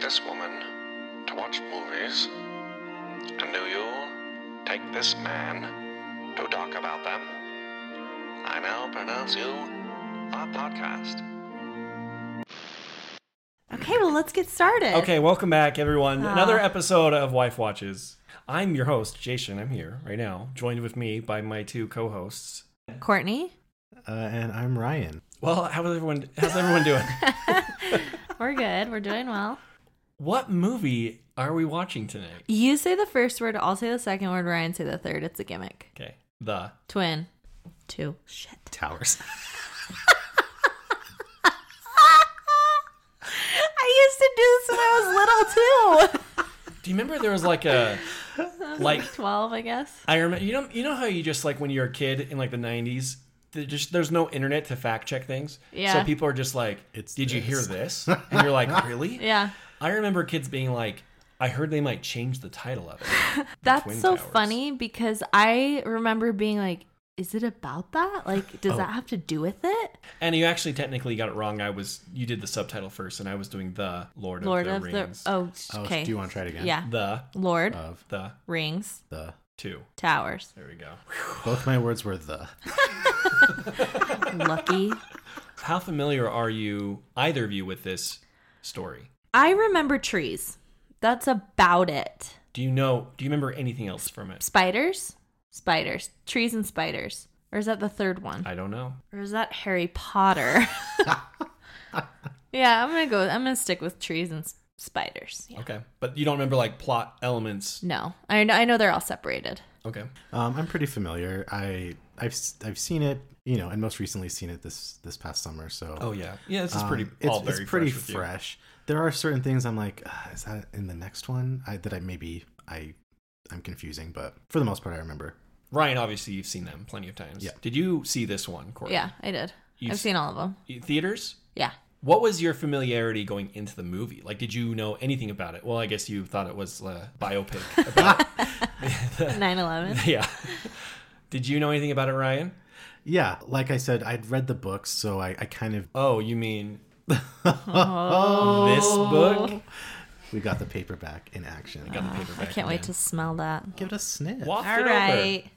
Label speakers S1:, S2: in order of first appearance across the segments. S1: this woman to watch movies, and do you take this man to talk about them? I now pronounce you a podcast.
S2: Okay, well, let's get started.
S3: Okay, welcome back, everyone.
S2: Aw.
S3: Another episode of Wife Watches. I'm your host, Jason. I'm here right now, joined with me by my two co-hosts.
S2: Courtney,
S4: Uh, and I'm Ryan.
S3: Well, how's everyone? How's everyone doing?
S2: we're good. We're doing well.
S3: what movie are we watching tonight?
S2: You say the first word, I'll say the second word, Ryan say the third. It's a gimmick.
S3: Okay, the
S2: Twin. Two. Shit.
S4: Towers.
S2: I used to do this when I was little, too.
S3: Do you remember there was like a like
S2: 12, I guess.
S3: I remember you know you know how you just like when you're a kid in like the 90s. there Just there's no internet to fact check things,
S2: Yeah.
S3: so people are just like,
S4: It's
S3: "Did you hear
S4: this."
S3: this?" And you're like, "Really?"
S2: Yeah.
S3: I remember kids being like, "I heard they might change the title of it."
S2: That's
S3: Twin
S2: so
S3: Towers.
S2: funny because I remember being like, is it about that? Like, does that have to do with it?
S3: And you actually technically got it wrong. I was you did the subtitle first, and I was doing the Lord,
S2: Lord
S3: of
S2: of
S3: the
S2: the.
S3: Rings.
S2: Oh,
S4: Oh,
S2: okay.
S4: do you want to try it again?
S2: yeah.
S3: The
S2: Lord,
S4: Of
S3: the
S2: Rings,
S4: the.
S3: two.
S2: Towers.
S3: There we go.
S4: Both my words were the.
S2: Lucky.
S3: How familiar are you, either of you, with this story?
S2: I remember trees. That's about it.
S3: Do you know? Do you remember anything else from it?
S2: Spiders? Spiders. Trees and spiders. Or is that the third one?
S3: I don't know.
S2: Or is that Harry Potter? yeah, I'm going to go. I'm going to stick with trees and s- spiders. Yeah.
S3: Okay, but you don't remember like plot elements.
S2: No. I know I know they're all separated.
S3: Okay,
S4: Um, I'm pretty familiar. I I've s- I've seen it, you know, and most recently seen it this this past summer. So
S3: Oh yeah, yeah. This is
S4: um,
S3: pretty.
S4: It's,
S3: all
S4: it's
S3: very
S4: pretty
S3: fresh. with you.
S4: fresh. There are certain things I'm like, "Ah, is that in the next one? I, that I maybe I I'm confusing, but for the most part, I remember.
S3: Ryan, obviously, you've seen them plenty of times.
S4: Yeah.
S3: Did you see this one, Corey?
S2: Yeah, I did.
S3: You've
S2: I've seen all of them.
S3: Theaters.
S2: Yeah.
S3: What was your familiarity going into the movie? Like, did you know anything about it? Well, I guess you thought it was a biopic about.
S2: 9/11.
S3: yeah. Did you know anything about it, Ryan?
S4: Yeah, like I said, I'd read the books, so I, I kind of
S3: Oh, you mean
S2: Oh.
S3: this book?
S4: we got the paperback in action.
S3: Got the
S2: I
S3: paperback
S2: can't wait
S3: again.
S2: to smell that.
S4: Give it a sniff.
S3: waft
S2: All
S3: it
S2: right.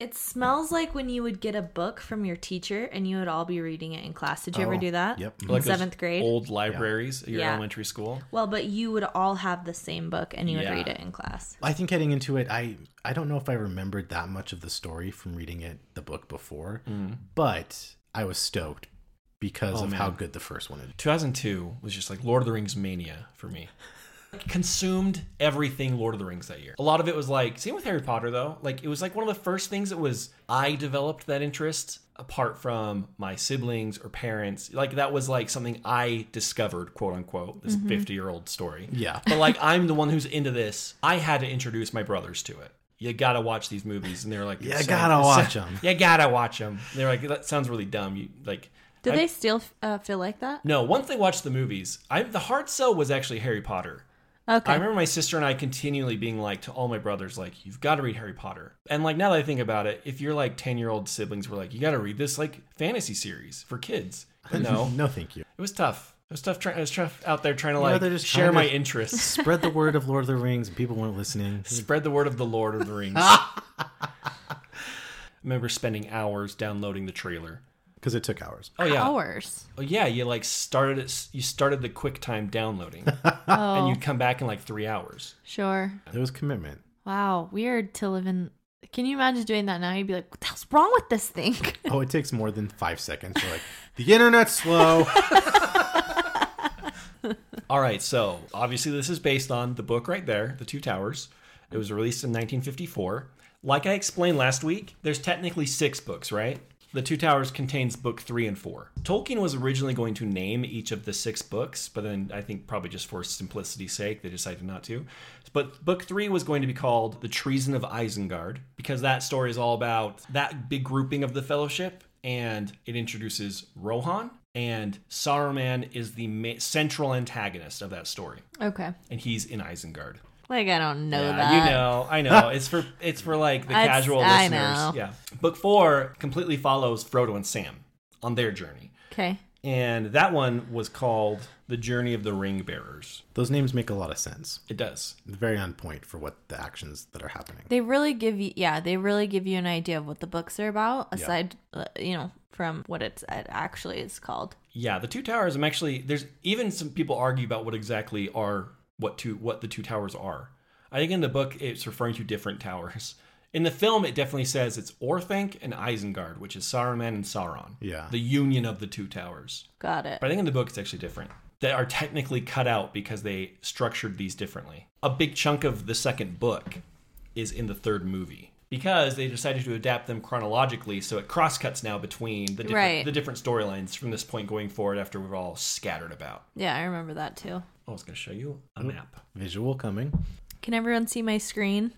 S2: It smells like when you would get a book from your teacher and you would all be reading it in class. Did you ever
S4: Oh,
S2: do that?
S4: Yep.
S3: over. Like those
S2: Seventh grade?
S3: Old libraries at your
S2: Yeah.
S3: elementary school.
S2: Well, but you would all have the same book and you would
S3: Yeah.
S2: read it in class.
S4: I think heading into it, I I don't know if I remembered that much of the story from reading it the book before, but I was stoked because
S3: Mm. Oh,
S4: of how
S3: man.
S4: good the first one is.
S3: 2002 was just like Lord of the Rings mania for me. Consumed everything Lord of the Rings that year. A lot of it was like, same with Harry Potter though. Like, it was like one of the first things that was I developed that interest apart from my siblings or parents. Like, that was like something I discovered, quote unquote, this 50 year old story.
S4: Mm-hmm. Yeah.
S3: But like, I'm the one who's into this. I had to introduce my brothers to it. You gotta watch these movies, and they're like,
S4: You
S3: "It's so-
S4: gotta
S3: it's so-
S4: watch 'em."
S3: You gotta watch them. They're like, that sounds really dumb. You like,
S2: Do
S3: I-
S2: they still uh, feel like that?
S3: no, once they watched the movies, I the hard sell was actually Harry Potter. I
S2: Okay.
S3: remember my sister and I continually being like to all my brothers, like, you've got to read Harry Potter. And like now that I think about it, if you're like 10 year old siblings were like, you got to read this like fantasy series for kids. But no,
S4: no, thank you.
S3: it was tough. It was tough. Try- it was tough out there trying to
S4: You know,
S3: like
S4: they're just
S3: share
S4: trying
S3: my
S4: to-
S3: interests,
S4: Spread the word of Lord of the Rings, and people weren't listening.
S3: spread the word of the Lord of the Rings. I remember spending hours downloading the trailer.
S4: Because it took hours.
S3: Oh yeah,
S2: Hours.
S3: oh yeah. You like started it. You started the QuickTime downloading, and
S2: Oh,
S3: you'd come back in like three hours.
S2: sure.
S4: It was commitment.
S2: Wow, weird to live in. Can you imagine doing that now? You'd be like, what the hell's wrong with this thing?
S4: Oh, it takes more than five seconds. You're like, the internet's slow.
S3: All right, so obviously this is based on the book right there, The Two Towers. It was released in 1954. Like I explained last week, there's technically six books, right? The Two Towers contains book three and four. Tolkien was originally going to name each of the six books, but then I think probably just for simplicity's sake, they decided not to. But book three was going to be called The Treason of Isengard, because that story is all about that big grouping of the Fellowship and it introduces Rohan. And Saruman is the ma- central antagonist of that story,
S2: okay.
S3: and he's in Isengard.
S2: Like, I don't know
S3: Yeah,
S2: that.
S3: you know, I know. It's for it's for like the
S2: It's-
S3: casual
S2: I
S3: listeners.
S2: know.
S3: Yeah, book four completely follows Frodo and Sam on their journey.
S2: Okay.
S3: and that one was called The Journey of the Ring Bearers.
S4: Those names make a lot of sense.
S3: It does.
S4: Very on point for what the actions that are happening.
S2: They really give you, yeah, they really give you an idea of what the books are about, aside, uh, you know, from what it's it actually is called.
S3: Yeah, the two towers. I'm actually there's even some people argue about what exactly are what two what the two towers are. I think in the book it's referring to different towers. In the film, it definitely says it's Orthanc and Isengard, which is Saruman and Sauron.
S4: Yeah.
S3: the union of the two towers.
S2: Got it.
S3: But I think in the book it's actually different. They are technically cut out because they structured these differently. A big chunk of the second book is in the third movie because they decided to adapt them chronologically so it crosscuts now between the different,
S2: Right.
S3: the different storylines from this point going forward after we're all scattered about. Oh,
S2: Yeah, I remember that too.
S3: I was going to show you a map.
S4: Visual coming.
S2: Can everyone see my screen?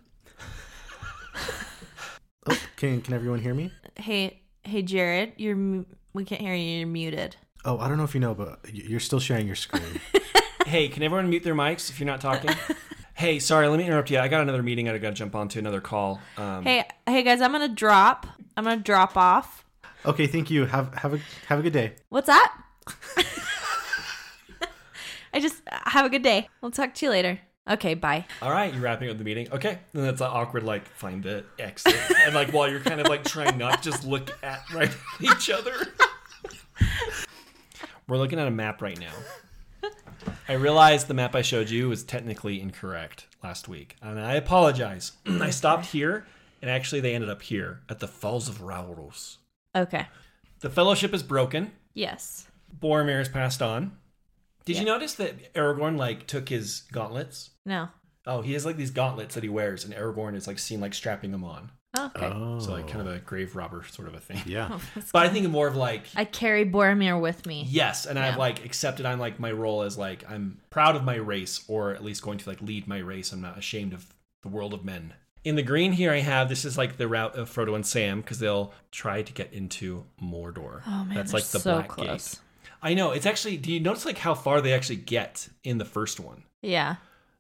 S4: Oh, can can everyone hear me?
S2: Hey, hey, Jared, you're mu- we can't hear you. You're muted.
S4: Oh, I don't know if you know, but y- you're still sharing your screen.
S3: Hey, can everyone mute their mics if you're not talking? hey, sorry, let me interrupt you. I got another meeting I got to jump on to another call. Um,
S2: Hey, hey guys, I'm gonna drop. I'm gonna drop off.
S4: okay, thank you. Have have a have a good day.
S2: What's that? I just have a good day. We'll talk to you later. Okay, bye.
S3: all right, you're wrapping up the meeting. Okay. Then that's an awkward, like, find the exit. and, like, while you're kind of, like, trying not to just look at right at each other. We're looking at a map right now. I realized the map I showed you was technically incorrect last week. And I apologize. I stopped here, and actually, they ended up here at the Falls of Rauros.
S2: Okay.
S3: The Fellowship is broken.
S2: Yes.
S3: Boromir has passed on. Did you notice that Aragorn like took his gauntlets?
S2: No.
S3: Oh, he has like these gauntlets that he wears, and Aragorn is like seen like strapping them on.
S2: Oh, okay. Oh.
S4: Oh,
S3: So like kind of a grave robber sort of a thing.
S4: yeah.
S3: But I think more of like
S2: I carry Boromir with me.
S3: yes, and I've like accepted I'm like my role as like I'm proud of my race, or at least going to like lead my race. I'm not ashamed of the world of men. In the green here, I have this is like the route of Frodo and Sam because they'll try to get into Mordor.
S2: Oh man,
S3: that's
S2: they're
S3: like the
S2: so
S3: Black Gate.
S2: close.
S3: I know. It's actually. Do you notice like how far they actually get in the first one?
S2: Yeah.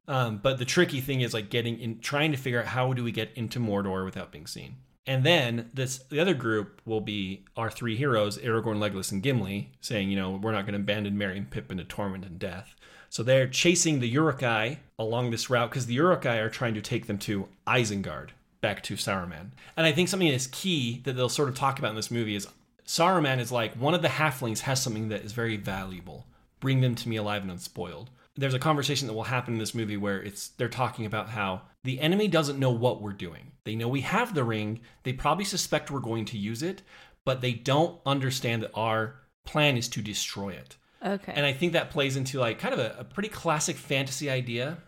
S3: Um, but the tricky thing is like getting in, trying to figure out how do we get into Mordor without being seen. And then this, the other group will be our three heroes, Aragorn, Legolas, and Gimli, saying, you know, we're not going to abandon Merry and Pippin to torment and death. So they're chasing the Urukai along this route because the Urukai are trying to take them to Isengard, back to Saruman. And I think something that's key that they'll sort of talk about in this movie is Saruman is like one of the halflings has something that is very valuable. Bring them to me alive and unspoiled. There's a conversation that will happen in this movie where it's they're talking about how the enemy doesn't know what we're doing. They know we have the ring. They probably suspect we're going to use it, but they don't understand that our plan is to destroy it.
S2: Okay.
S3: And I think that plays into like kind of a, a pretty classic fantasy idea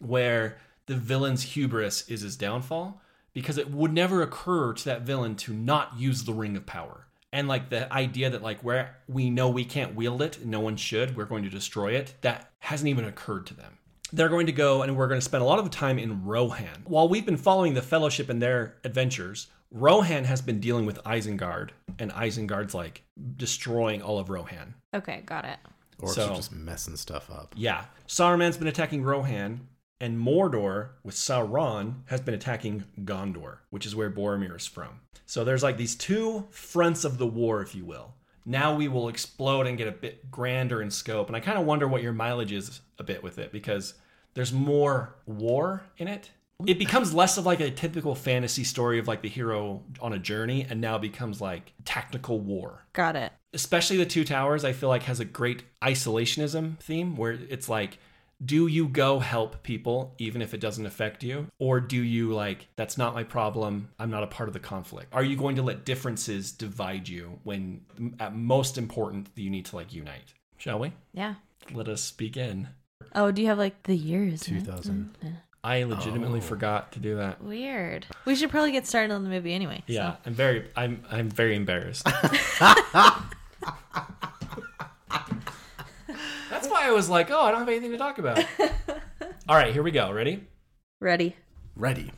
S3: where the villain's hubris is his downfall because it would never occur to that villain to not use the ring of power. And like the idea that like where we know we can't wield it, no one should, we're going to destroy it, that hasn't even occurred to them. They're going to go and we're going to spend a lot of time in Rohan. While we've been following the fellowship and their adventures, Rohan has been dealing with Isengard and Isengard's like destroying all of Rohan.
S2: okay, got it.
S4: Orcs
S3: So-
S4: are just messing stuff up.
S3: Yeah. Saruman's been attacking Rohan, and Mordor, with Sauron, has been attacking Gondor, which is where Boromir is from. So there's like these two fronts of the war, if you will. Now we will explode and get a bit grander in scope. And I kind of wonder what your mileage is a bit with it because there's more war in it. It becomes less of like a typical fantasy story of like the hero on a journey and now becomes like tactical war
S2: Got it.
S3: especially the two towers i feel like has a great isolationism theme where it's like do you go help people even if it doesn't affect you or do you like that's not my problem i'm not a part of the conflict are you going to let differences divide you when at most important you need to like unite shall we
S2: Yeah.
S3: let us begin
S2: Oh, do you have like the years?
S4: Two thousand.
S3: i legitimately
S4: Oh.
S3: forgot to do that
S2: Mm-hmm. Weird. We should probably get started on the movie anyway. so-
S3: yeah i'm very i'm i'm very embarrassed that's why i was like oh i don't have anything to talk about all right here we go ready
S2: Ready.
S4: Ready.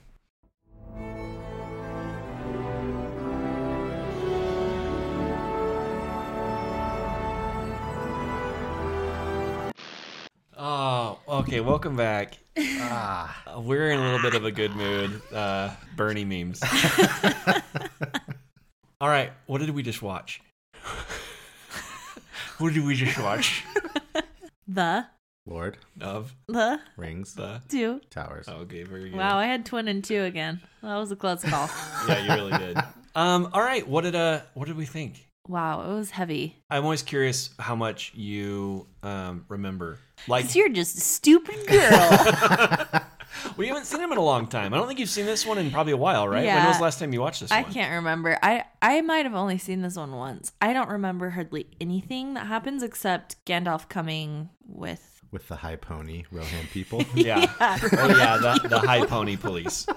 S3: oh okay welcome back Uh,
S4: Ah.
S3: we're in a little bit of a good mood uh bernie memes all right what did we just watch What did we just watch?
S2: The
S4: Lord,
S3: of
S2: the
S4: Rings,
S3: the.
S2: two.
S4: Towers.
S3: Oh, Okay, very good.
S2: Wow, I had twin and two again. That was a close call.
S3: Yeah, you really did. Um, all right. What did uh, what did we think?
S2: wow, it was heavy.
S3: I'm always curious how much you um remember. Like
S2: 'Cause you're just a stupid girl.
S3: we haven't seen him in a long time. I don't think you've seen this one in probably a while, right? When
S2: Yeah.
S3: was the last time you watched this
S2: I
S3: one?
S2: can't remember. I I might have only seen this one once. I don't remember hardly anything that happens except Gandalf coming with.
S4: With the high pony, Rohan people.
S3: Yeah. oh yeah, the, the high pony police.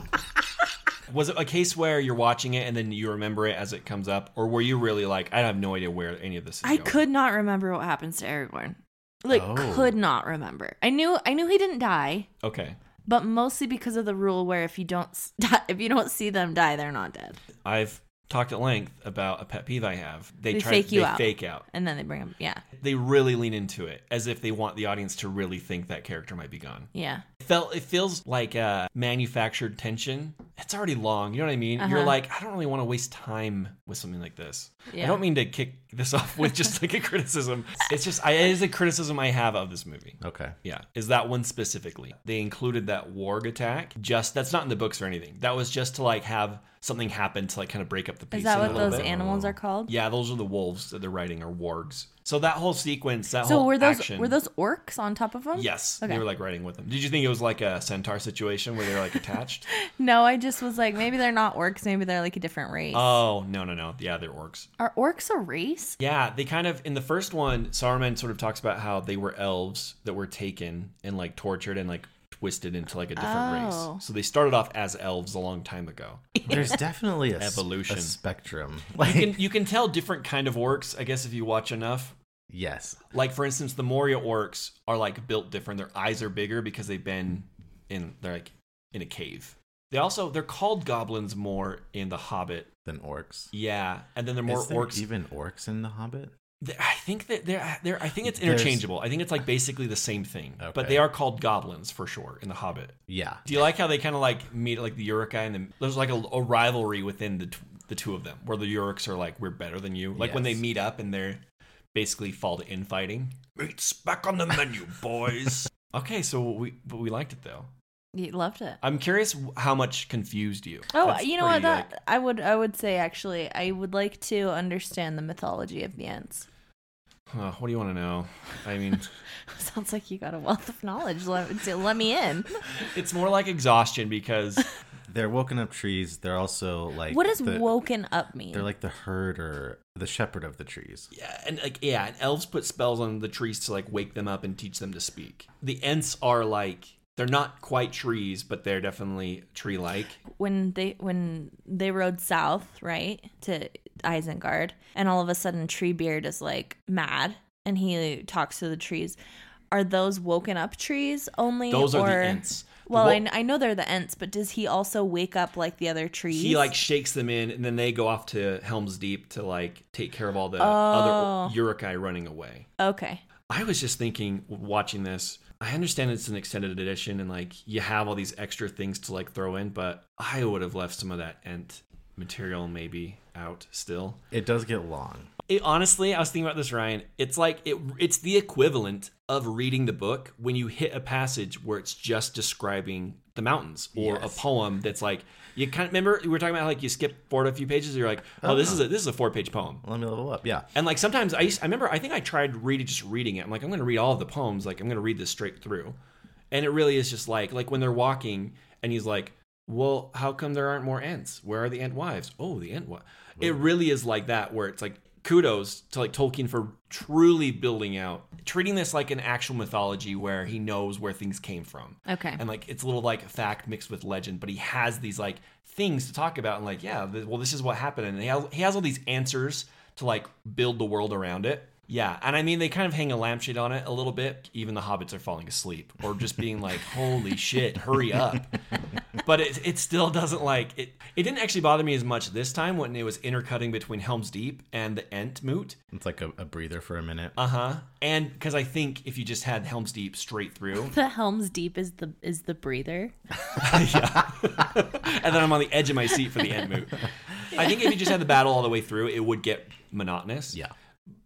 S3: Was it a case where you're watching it and then you remember it as it comes up, or were you really like, I have no idea where any of this is
S2: I
S3: going?
S2: could not remember what happens to Aragorn. Like
S4: Oh.
S2: could not remember. I knew I knew he didn't die,
S3: Okay,
S2: but mostly because of the rule where if you don't s- if you don't see them die, they're not dead,
S3: I've talked at length about a pet peeve I have. They,
S2: They
S3: try
S2: fake you
S3: they
S2: out.
S3: fake out.
S2: and then they bring them. Yeah,
S3: They really lean into it as if they want the audience to really think that character might be gone.
S2: yeah.
S3: It felt it feels like uh, manufactured tension. It's already long. You know what I mean? You're
S2: Uh-huh.
S3: like, I don't really want to waste time with something like this. I
S2: Yeah.
S3: don't mean to kick this off with just like a criticism. It's just I, it is a criticism I have of this movie.
S4: okay.
S3: Yeah, is that one specifically? They included that warg attack. Just that's not in the books or anything. That was just to like have something happen to like kind of break up the
S2: Is
S3: pieces.
S2: that
S3: a
S2: what
S3: little
S2: those
S3: bit.
S2: animals are called?
S3: Yeah, those are the wolves that they're riding are wargs. So that whole sequence, that
S2: So
S3: whole
S2: were those
S3: action,
S2: were those orcs on top of them?
S3: Yes,
S2: Okay.
S3: they were like riding with them. Did you think it was like a centaur situation where they were like attached?
S2: No, I just was like, maybe they're not orcs. Maybe they're like a different race.
S3: oh no no no! Yeah, they're orcs.
S2: Are orcs a race?
S3: Yeah, they kind of in the first one, Saruman sort of talks about how they were elves that were taken and like tortured and like twisted into like a different
S2: Oh.
S3: race. So they started off as elves a long time ago.
S4: There's definitely a, s- a
S3: Evolution.
S4: spectrum.
S3: You
S4: Like,
S3: can you can tell different kind of orcs, I guess, if you watch enough.
S4: yes.
S3: Like for instance, the Moria orcs are like built different. Their eyes are bigger because they've been in they're like in a cave. They also they're called goblins more in The Hobbit.
S4: Than orcs.
S3: Yeah, and then they're more
S4: Is there
S3: orcs.
S4: even orcs in The Hobbit?
S3: Th- I think that they're, uh, they're I think it's
S4: There's-
S3: interchangeable. I think it's like basically the same thing, but
S4: Okay.
S3: they are called goblins for sure in The Hobbit.
S4: Yeah.
S3: Do you like how they kind of like meet like the Uruk guy and then there's like a, a rivalry within the t- the two of them where the Uruks are like we're better than you. Like when they
S4: Yes.
S3: meet up and they're basically fall to infighting. Meat's back on the menu, boys. okay, so we but we liked it though.
S2: You loved it.
S3: I'm curious how much confused you.
S2: Oh,
S3: That's
S2: you know what?
S3: pretty,
S2: That
S3: like-
S2: I would I would say actually I would like to understand the mythology of the ants.
S3: Huh, what do you want to know? I mean,
S2: Sounds like you got a wealth of knowledge. Let, to- let me in.
S3: it's more like exhaustion because
S4: They're woken up trees. They're also like.
S2: What does
S4: the,
S2: woken up mean?
S4: They're like the herd or the shepherd of the trees.
S3: Yeah, and like yeah, and elves put spells on the trees to like wake them up and teach them to speak. The Ents are like they're not quite trees, but they're definitely tree like.
S2: when they when they rode south, right, to Isengard, and all of a sudden Treebeard is like mad and he talks to the trees. Are those woken up trees only?
S3: Those are
S2: or-
S3: the Ents. The
S2: Well,
S3: wo-
S2: I, kn- I know they're the Ents, but does he also wake up like the other trees?
S3: he like shakes them in, and then they go off to Helm's Deep to like take care of all the
S2: Oh.
S3: other Urukai running away.
S2: okay,
S3: I was just thinking watching this. I understand it's an extended edition, and like you have all these extra things to like throw in, but I would have left some of that Ent material maybe out still.
S4: It does get long.
S3: It, honestly, I was thinking about this, Ryan. It's like it, it's the equivalent of reading the book when you hit a passage where it's just describing the mountains or
S4: Yes.
S3: a poem that's like you kind of remember we were talking about like you skip forward a few pages. you're like, oh, this is a this is a four page poem.
S4: Let me level up. Yeah.
S3: And like sometimes I used, I remember I think I tried reading just reading it. I'm like I'm going to read all of the poems. Like I'm going to read this straight through. And it really is just like like when they're walking and he's like, "Well, how come there aren't more ants? Where are the ant wives? Oh, the ant wives." It really is like that where it's like kudos to like Tolkien for truly building out treating this like an actual mythology where he knows where things came from.
S2: okay.
S3: And like it's a little like fact mixed with legend, but he has these like things to talk about and like yeah, th- well this is what happened, and he has, he has all these answers to like build the world around it. Yeah, and I mean they kind of hang a lampshade on it a little bit. Even the hobbits are falling asleep or just being like, "Holy shit, hurry up!" But it it still doesn't like it. It didn't actually bother me as much this time when it was intercutting between Helm's Deep and the Ent Moot.
S4: It's like a, a breather for a minute.
S3: Uh huh. And because I think if you just had Helm's Deep straight through,
S2: the Helm's Deep is the is the breather.
S3: yeah. and then I'm on the edge of my seat for the end move. I think if you just had the battle all the way through, it would get monotonous.
S4: Yeah.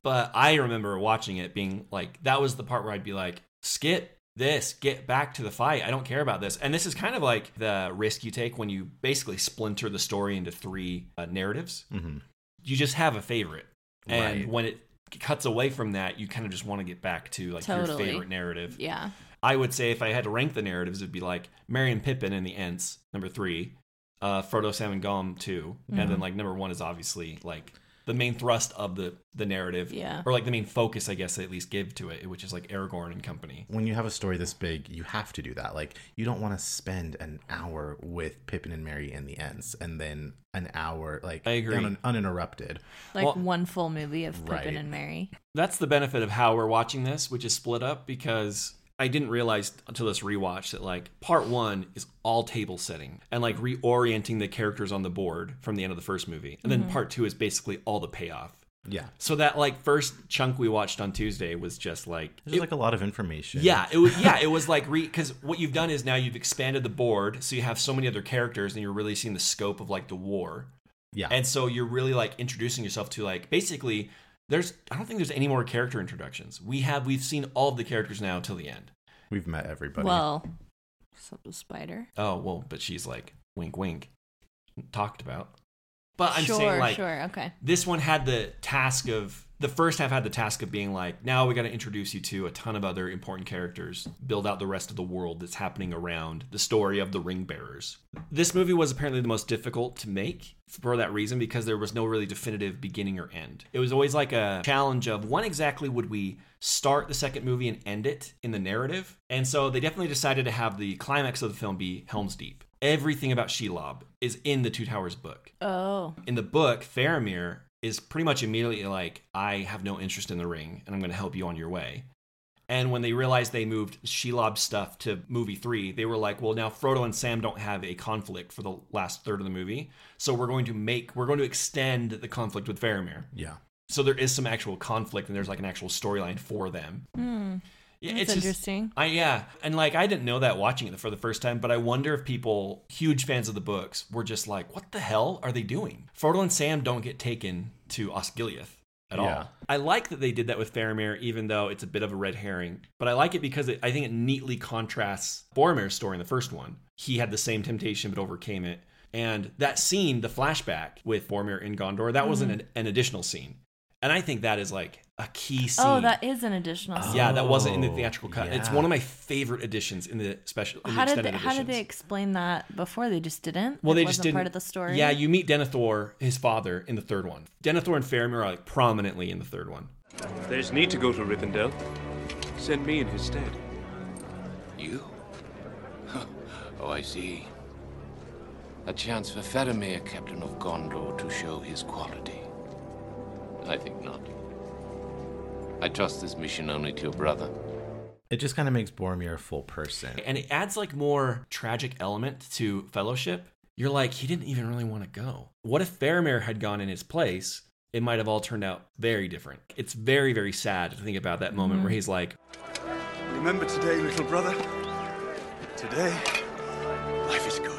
S3: But I remember watching it being like, that was the part where I'd be like, skip this, get back to the fight. I don't care about this. And this is kind of like the risk you take when you basically splinter the story into three uh, narratives.
S4: Mm-hmm.
S3: You just have a favorite. And
S4: Right.
S3: when it cuts away from that, you kind of just want to get back to like your
S2: Totally.
S3: favorite narrative.
S2: Yeah.
S3: I would say if I had to rank the narratives, it'd be like Merry and Pippin and the Ents, number three, uh, Frodo, Sam, and Gollum, 2 and then like number one is obviously like the main thrust of the the narrative,
S2: Yeah.
S3: or like the main focus, I guess they at least give to it, which is like Aragorn and company.
S4: When you have a story this big, you have to do that. Like, you don't want to spend an hour with Pippin and Mary and the Ents, and then an hour like
S3: I agree.
S4: un- uninterrupted.
S2: Like
S3: Well-
S2: one full movie of Pippin
S4: Right.
S2: and Mary.
S3: That's the benefit of how we're watching this, which is split up because. I didn't realize until this rewatch that like part one is all table setting and like reorienting the characters on the board from the end of the first movie. And then part two is basically all the payoff.
S4: Yeah,
S3: So that like first chunk we watched on Tuesday was just like
S4: there's like a lot of information.
S3: yeah, it was yeah, it was like re cuz what you've done is now you've expanded the board so you have so many other characters and you're really seeing the scope of like the war.
S4: yeah.
S3: And so you're really like introducing yourself to like basically there's I don't think there's any more character introductions. We have we've seen all of the characters now till the end.
S4: We've met everybody.
S2: Well, so the spider.
S3: Oh, well, but she's like wink wink talked about. But Uh, I'm
S2: sure,
S3: saying like
S2: sure, okay.
S3: this one had the task of the first half had the task of being like now we got to introduce you to a ton of other important characters build out the rest of the world that's happening around the story of the ring bearers this movie was apparently the most difficult to make for that reason because there was no really definitive beginning or end it was always like a challenge of when exactly would we start the second movie and end it in the narrative and so they definitely decided to have the climax of the film be helms deep everything about shelob is in the two towers book
S2: Oh,
S3: in the book, Faramir is pretty much immediately like, I have no interest in the ring and I'm going to help you on your way. And when they realized they moved Shelob stuff to movie three, they were like, well, now Frodo and Sam don't have a conflict for the last third of the movie. So we're going to make, we're going to extend the conflict with Faramir.
S4: yeah.
S3: So there is some actual conflict and there's like an actual storyline for them. Yeah,
S2: Hmm. that's
S3: it's just-
S2: interesting.
S3: I yeah, and like I didn't know that watching it for the first time, but I wonder if people, huge fans of the books, were just like, "What the hell are they doing?" Frodo and Sam don't get taken to Osgiliath at
S4: Yeah.
S3: all. I like that they did that with Faramir, even though it's a bit of a red herring. But I like it because it, I think it neatly contrasts Boromir's story in the first one. He had the same temptation but overcame it. And that scene, the flashback with Boromir in Gondor, that wasn't
S2: Hmm.
S3: an, an additional scene. And I think that is like a key scene.
S2: Oh, that is an additional. scene.
S3: Yeah, that wasn't in the
S4: Oh,
S3: theatrical cut. It's
S4: yeah.
S3: one of my favorite editions in the special. In
S2: How
S3: the
S2: did they,
S3: extended
S2: how did
S3: editions.
S2: they explain that before? They just didn't.
S3: Well,
S2: It
S3: they
S2: wasn't
S3: just didn't.
S2: part of the story.
S3: Yeah, you meet Denethor, his father, in the third one. Denethor and Faramir are like prominently in the third one.
S5: There's need to go to Rivendell. Send me in his stead.
S6: You? oh, I see. A chance for Faramir, Captain of Gondor, to show his quality. I think not. I trust this mission only to your brother.
S4: It just kind of makes Boromir a full person.
S3: And it adds like more tragic element to Fellowship. You're like, he didn't even really want to go. What if Faramir had gone in his place? It might have all turned out very different. It's very, very sad to think about that
S2: Mm-hmm.
S3: moment where he's like,
S7: Remember today, little brother. Today, life is good.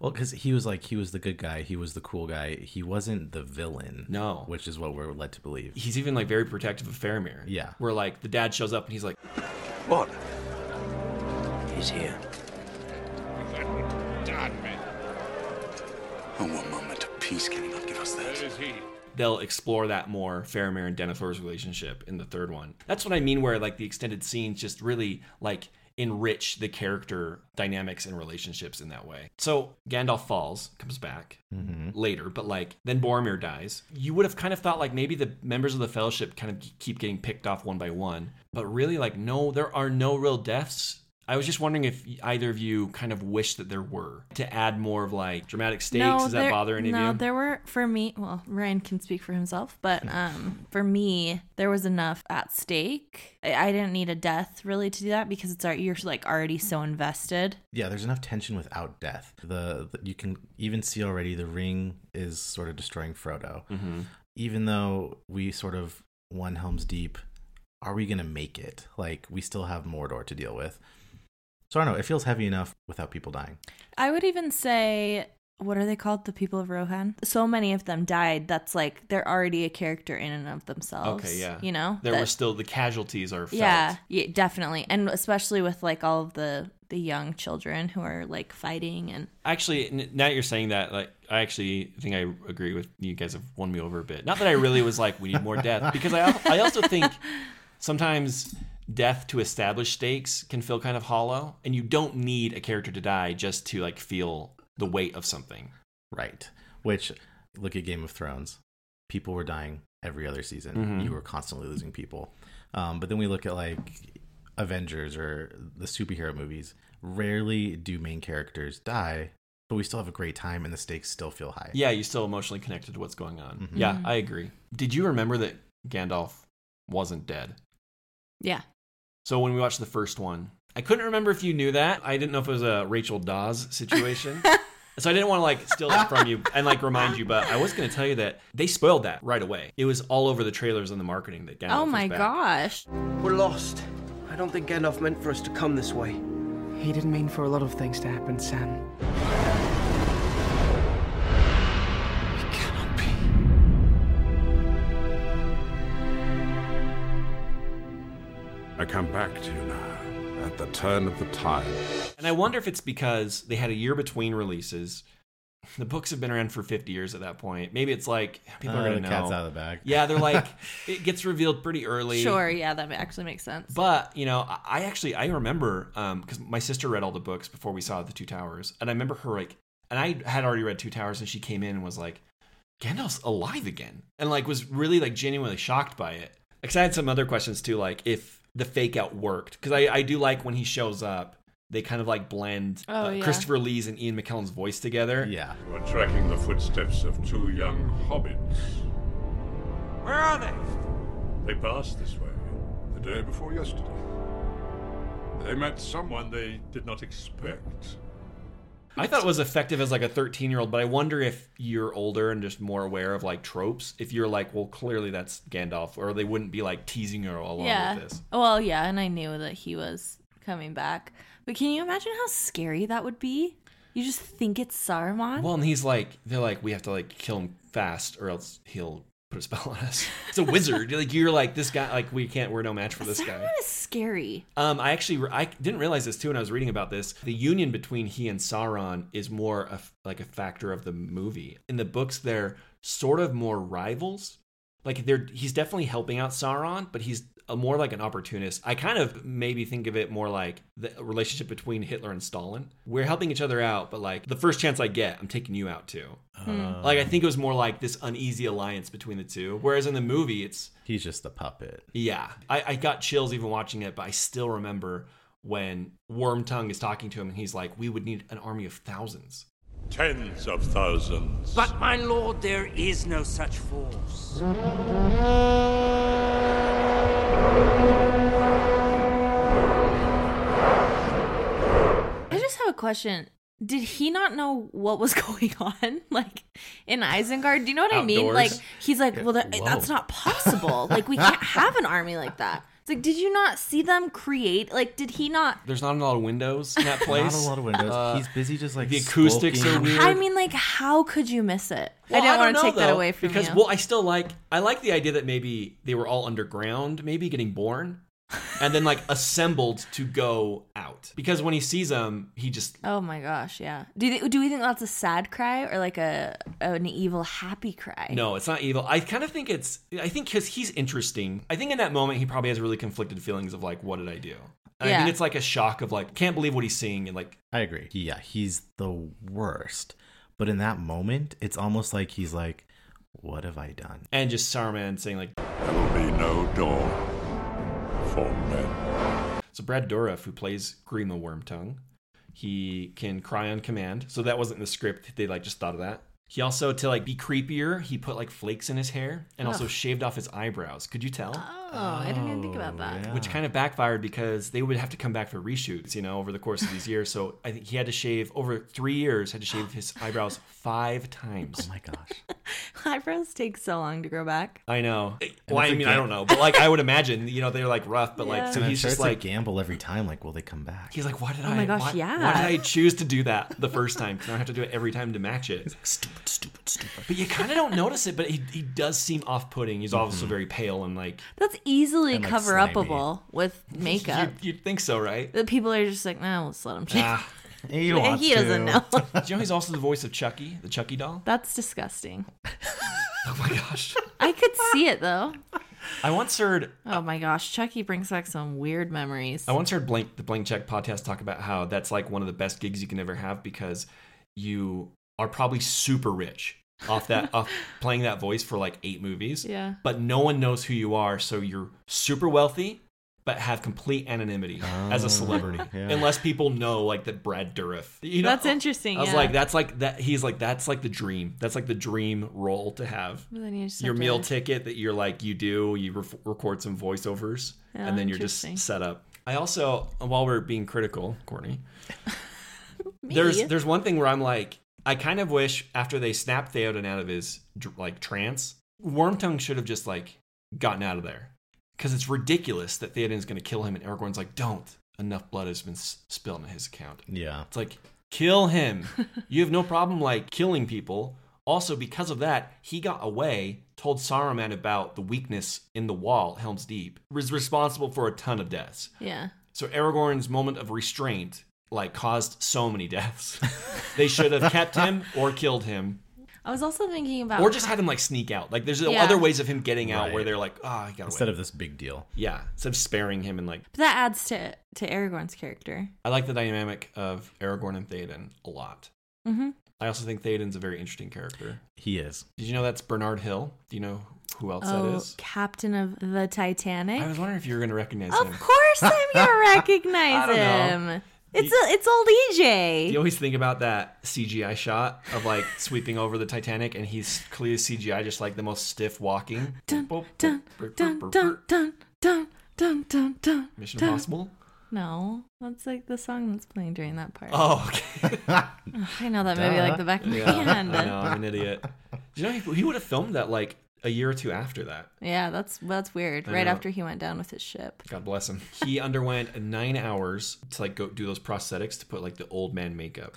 S4: Well, because he was like he was the good guy, he was the cool guy. He wasn't the villain.
S3: No.
S4: which is what we're led to believe.
S3: he's even like very protective of Faramir.
S4: Yeah.
S3: Where like the dad shows up and he's like,
S7: What? He's here. Oh, one moment of peace can he not give us that?
S3: they'll explore that more Faramir and Denethor's relationship in the third one. That's what I mean where like the extended scenes just really like enrich the character dynamics and relationships in that way. So Gandalf falls, comes back later, but like then Boromir dies. You would have kind of thought like maybe the members of the fellowship kind of keep getting picked off one by one, but really like no there are no real deaths. I was just wondering if either of you kind of wish that there were to add more of like dramatic stakes. Does that
S2: there-
S3: bother any
S2: no,
S3: of you?
S2: there were for me. Well, Ryan can speak for himself, but um, for me, there was enough at stake. I, I didn't need a death really to do that because it's already you're like already so invested.
S4: Yeah, there's enough tension without death. The, the- you can even see already the ring is sort of destroying Frodo.
S3: Mm-hmm.
S4: Even though we sort of won Helm's Deep, are we gonna make it? Like we still have Mordor to deal with. So I don't know. It feels heavy enough without people dying.
S2: I would even say what are they called? The people of Rohan? So many of them died. That's like they're already a character in and of themselves.
S3: Okay, yeah.
S2: You know?
S3: there
S2: That-
S3: were still the casualties are felt.
S2: yeah, yeah, definitely. And especially with like all of the the young children who are like fighting and
S3: Actually, n- now that you're saying that, like, I actually think I agree with you guys have won me over a bit. Not that I really was like, we need more death, because I, al- I also think sometimes death to establish stakes can feel kind of hollow, and you don't need a character to die just to like feel the weight of something.
S4: Right. Which, look at Game of Thrones. People were dying every other season.
S3: Mm-hmm.
S4: You were constantly losing people. Um, but then we look at like Avengers or the superhero movies. Rarely do main characters die, but we still have a great time and the stakes still feel high.
S3: Yeah, you're still emotionally connected to what's going on.
S2: Mm-hmm.
S3: Yeah, I agree. Did you remember that Gandalf wasn't dead?
S2: yeah.
S3: So when we watched the first one, I couldn't remember if you knew that. I didn't know if it was a Rachel Dawes situation. so I didn't want to like steal that from you and like remind you, but I was going to tell you that they spoiled that right away. It was all over the trailers and the marketing that Gandalf
S2: oh
S3: was
S2: my
S3: back.
S2: gosh.
S8: We're lost. I don't think Gandalf meant for us to come this way.
S9: He didn't mean for a lot of things to happen, Sam.
S7: It cannot be.
S10: I come back to you now, at the turn of the tide.
S3: And I wonder if it's because they had a year between releases. The books have been around for 50 years at that point. Maybe it's like people
S4: Uh,
S3: are
S4: the
S3: going to know.
S4: cat's out of the bag.
S3: Yeah, they're like it gets revealed pretty early.
S2: Sure, yeah, that actually makes sense.
S3: But you know, I- I actually I remember because my sister read all the books before we saw the Two Towers, and I remember her like, and I had already read Two Towers, and she came in and was like, Gandalf's alive again, and like was really like genuinely shocked by it. Because I had some other questions too, like if the fake out worked, because I I do like when he shows up, they kind of like blend
S2: Oh,
S3: uh,
S2: yeah.
S3: Christopher Lee's and Ian McKellen's voice together.
S4: Yeah.
S10: You are tracking the footsteps of two young hobbits.
S5: Where are they?
S10: They passed this way the day before yesterday. They met someone they did not expect.
S3: I thought it was effective as like a 13 year old, but I wonder if you're older and just more aware of like tropes. If you're like, well, clearly that's Gandalf, or they wouldn't be like teasing her along
S2: yeah.
S3: with this.
S2: Well, yeah, and I knew that he was coming back. But can you imagine how scary that would be? You just think it's Saruman?
S3: Well, and he's like, they're like, we have to like kill him fast, or else he'll put a spell on us. It's a wizard. like you're like this guy. Like we can't. We're no match for this guy.
S2: Saruman is scary.
S3: Um, I actually re- I didn't realize this too when I was reading about this. The union between he and Sauron is more a f like a factor of the movie. In the books, they're sort of more rivals. Like they're he's definitely helping out Sauron, but he's a, more like an opportunist. I kind of maybe think of it more like the relationship between Hitler and Stalin. We're helping each other out, but like the first chance I get, I'm taking you out too. like I think it was more like this uneasy alliance between the two. Whereas in the movie, it's
S4: He's just the puppet.
S3: yeah, I, I got chills even watching it, but I still remember when Wormtongue is talking to him and he's like, "We would need an army of thousands.
S10: Tens of thousands.
S11: But, my lord, there is no such force.
S2: I just have a question. Did he not know what was going on, like in Isengard? Do you know what I mean?
S3: Outdoors.
S2: Like he's like, well, that,
S4: Whoa.
S2: that's not possible. like we can't have an army like that. It's like, did you not see them create? Like, did he not?
S3: There's not a lot of windows in that place.
S4: Not a lot of windows.
S3: Uh,
S4: He's busy just like
S3: the acoustics
S4: skulking.
S3: are weird.
S2: I mean, like, how could you miss it?
S3: Well,
S2: I didn't
S3: don't
S2: want to
S3: know,
S2: take that
S3: though,
S2: away from
S3: because
S2: you.
S3: well, I still like I like the idea that maybe they were all underground, maybe getting born, and then like assembled to go out. Because when he sees them, he just
S2: oh my gosh, yeah. Do you, thi- do we think that's a sad cry or like a an evil happy cry?
S3: No, it's not evil. I kind of think it's. I think because he's interesting. I think in that moment he probably has really conflicted feelings of like, what did I do? And I
S2: Yeah.
S3: think it's like a shock of like, can't believe what he's seeing and like,
S4: I agree. Yeah, he's the worst. But in that moment, it's almost like he's like, what have I done?
S3: and just Saruman saying like,
S10: There will be no dawn for men.
S3: so Brad Dourif who plays Grima Wormtongue, he can cry on command. So that wasn't in the script. They like just thought of that. He also to like be creepier, he put like flakes in his hair and also shaved off his eyebrows. Could you tell?
S2: Oh, I didn't even think about that.
S4: Hmm.
S3: which kind of backfired because they would have to come back for reshoots, you know, over the course of these years. So I think he had to shave over three years, had to shave his eyebrows five times. Oh my gosh.
S2: Eyebrows take so long to grow back.
S3: I know.
S4: And
S3: Well, I
S4: it's a
S3: mean,
S4: ga-
S3: I don't know, but like I would imagine, you know, they're like rough, but
S2: Yeah.
S3: like so
S4: And I'm
S3: he's
S4: sure
S3: just
S4: it's a
S3: like
S4: gamble every time. Like, will they come back?
S3: he's like, why did
S2: Oh
S3: I?
S2: my gosh,
S3: why,
S2: yeah.
S3: Why did I choose to do that the first time? Because I don't have to do it every time to match it. stupid, stupid, stupid. But you kind of don't notice it. But he, he does seem off-putting. He's also very pale and like
S2: That's easily
S3: And, like,
S2: cover
S3: slimy.
S2: upable with makeup.
S3: You'd, you'd think so, right?
S2: The people are just like, nah, let's let him shave.
S3: Ah.
S2: He wants He doesn't to. know.
S3: Do you know he's also the voice of Chucky, the Chucky doll?
S2: That's disgusting.
S3: Oh my gosh.
S2: I could see it though.
S3: I once heard
S2: Oh my gosh, Chucky brings back some weird memories.
S3: I once heard Blank the Blank Check podcast talk about how that's like one of the best gigs you can ever have because you are probably super rich off that off playing that voice for like eight movies.
S2: Yeah.
S3: But no one knows who you are, so you're super wealthy but have complete anonymity as a celebrity.
S4: yeah.
S3: Unless people know like that Brad Dourif. You know?
S2: That's interesting,
S3: I was
S2: yeah.
S3: like, that's like that he's like, that's like the dream. That's like the dream role to have.
S2: But then you just
S3: Your
S2: have
S3: meal
S2: to-
S3: ticket that you're like you do you re- record some voiceovers
S2: Oh,
S3: and then you're just
S2: interesting.
S3: set up i also while we're being critical courtney there's there's one thing where i'm like i kind of wish after they snapped theoden out of his dr- like trance wormtongue should have just like gotten out of there because it's ridiculous that theoden's going to kill him and aragorn's like don't enough blood has been s- spilled on his account
S4: Yeah.
S3: it's like, kill him. you have no problem like killing people. Also, because of that, he got away, told Saruman about the weakness in the wall, Helm's Deep, was responsible for a ton of deaths.
S2: Yeah.
S3: So Aragorn's moment of restraint like caused so many deaths. they should have kept him or killed him.
S2: I was also thinking about
S3: Or just had him like sneak out. Like there's
S2: Yeah.
S3: other ways of him getting out where
S4: Right.
S3: they're like, ah, he got
S4: Instead
S3: away.
S4: of this big deal.
S3: yeah, instead of sparing him and like
S2: But that adds to to Aragorn's character.
S3: I like the dynamic of Aragorn and Theoden a lot.
S2: Mm-hmm.
S3: I also think Theoden's a very interesting character.
S4: He is.
S3: Did you know that's Bernard Hill? Do you know who else that
S2: Oh,
S3: is?
S2: captain of the Titanic.
S3: I was wondering if you were going to recognize him.
S2: Of course, I'm gonna
S3: I
S2: recognize
S3: don't know.
S2: him. It's a, it's old E EJ.
S3: You always think about that CGI shot of like sweeping over the Titanic, and he's clearly CGI, just like the most stiff walking.
S2: Dun, dun, dun, dun, dun, dun, dun, dun, dun.
S3: Mission
S2: dun.
S3: Impossible.
S2: No, that's like the song that's playing during that part.
S3: Oh, okay.
S2: Ugh, I know that maybe like the back of my
S3: Yeah,
S2: hand.
S3: I know, I'm an idiot. Do you know he, he would have filmed that like a year or two after that.
S2: Yeah, that's that's weird.
S3: I
S2: Right
S3: know.
S2: after he went down with his ship.
S3: God bless him. He underwent nine hours to like go do those prosthetics to put like the old man makeup.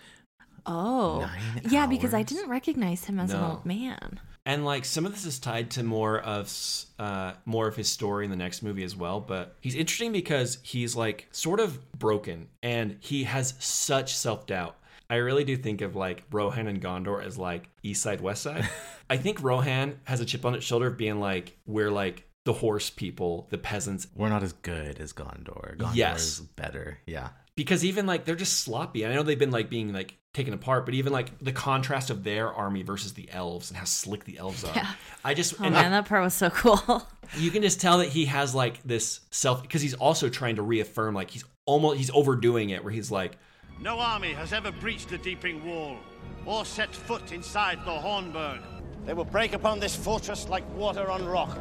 S2: Oh, yeah, because I didn't recognize him as an
S3: No.
S2: old man.
S3: and like some of this is tied to more of s- uh more of his story in the next movie as well but he's interesting because he's like sort of broken and he has such self-doubt i really do think of like rohan and gondor as like east side west side i think rohan has a chip on his shoulder of being like we're like the horse people the peasants
S4: We're not as good as Gondor. Gondor
S3: Yes.
S4: is better. Yeah.
S3: because even like they're just sloppy. I know they've been like being like taken apart, but even like the contrast of their army versus the elves and how slick the elves are.
S2: Yeah.
S3: I just
S2: Oh
S3: and
S2: man, that part was so cool.
S3: you can just tell that he has like this self because he's also trying to reaffirm like he's almost he's overdoing it where he's like
S12: No army has ever breached the Deeping Wall or set foot inside the Hornburg. They will break upon this fortress like water on rock.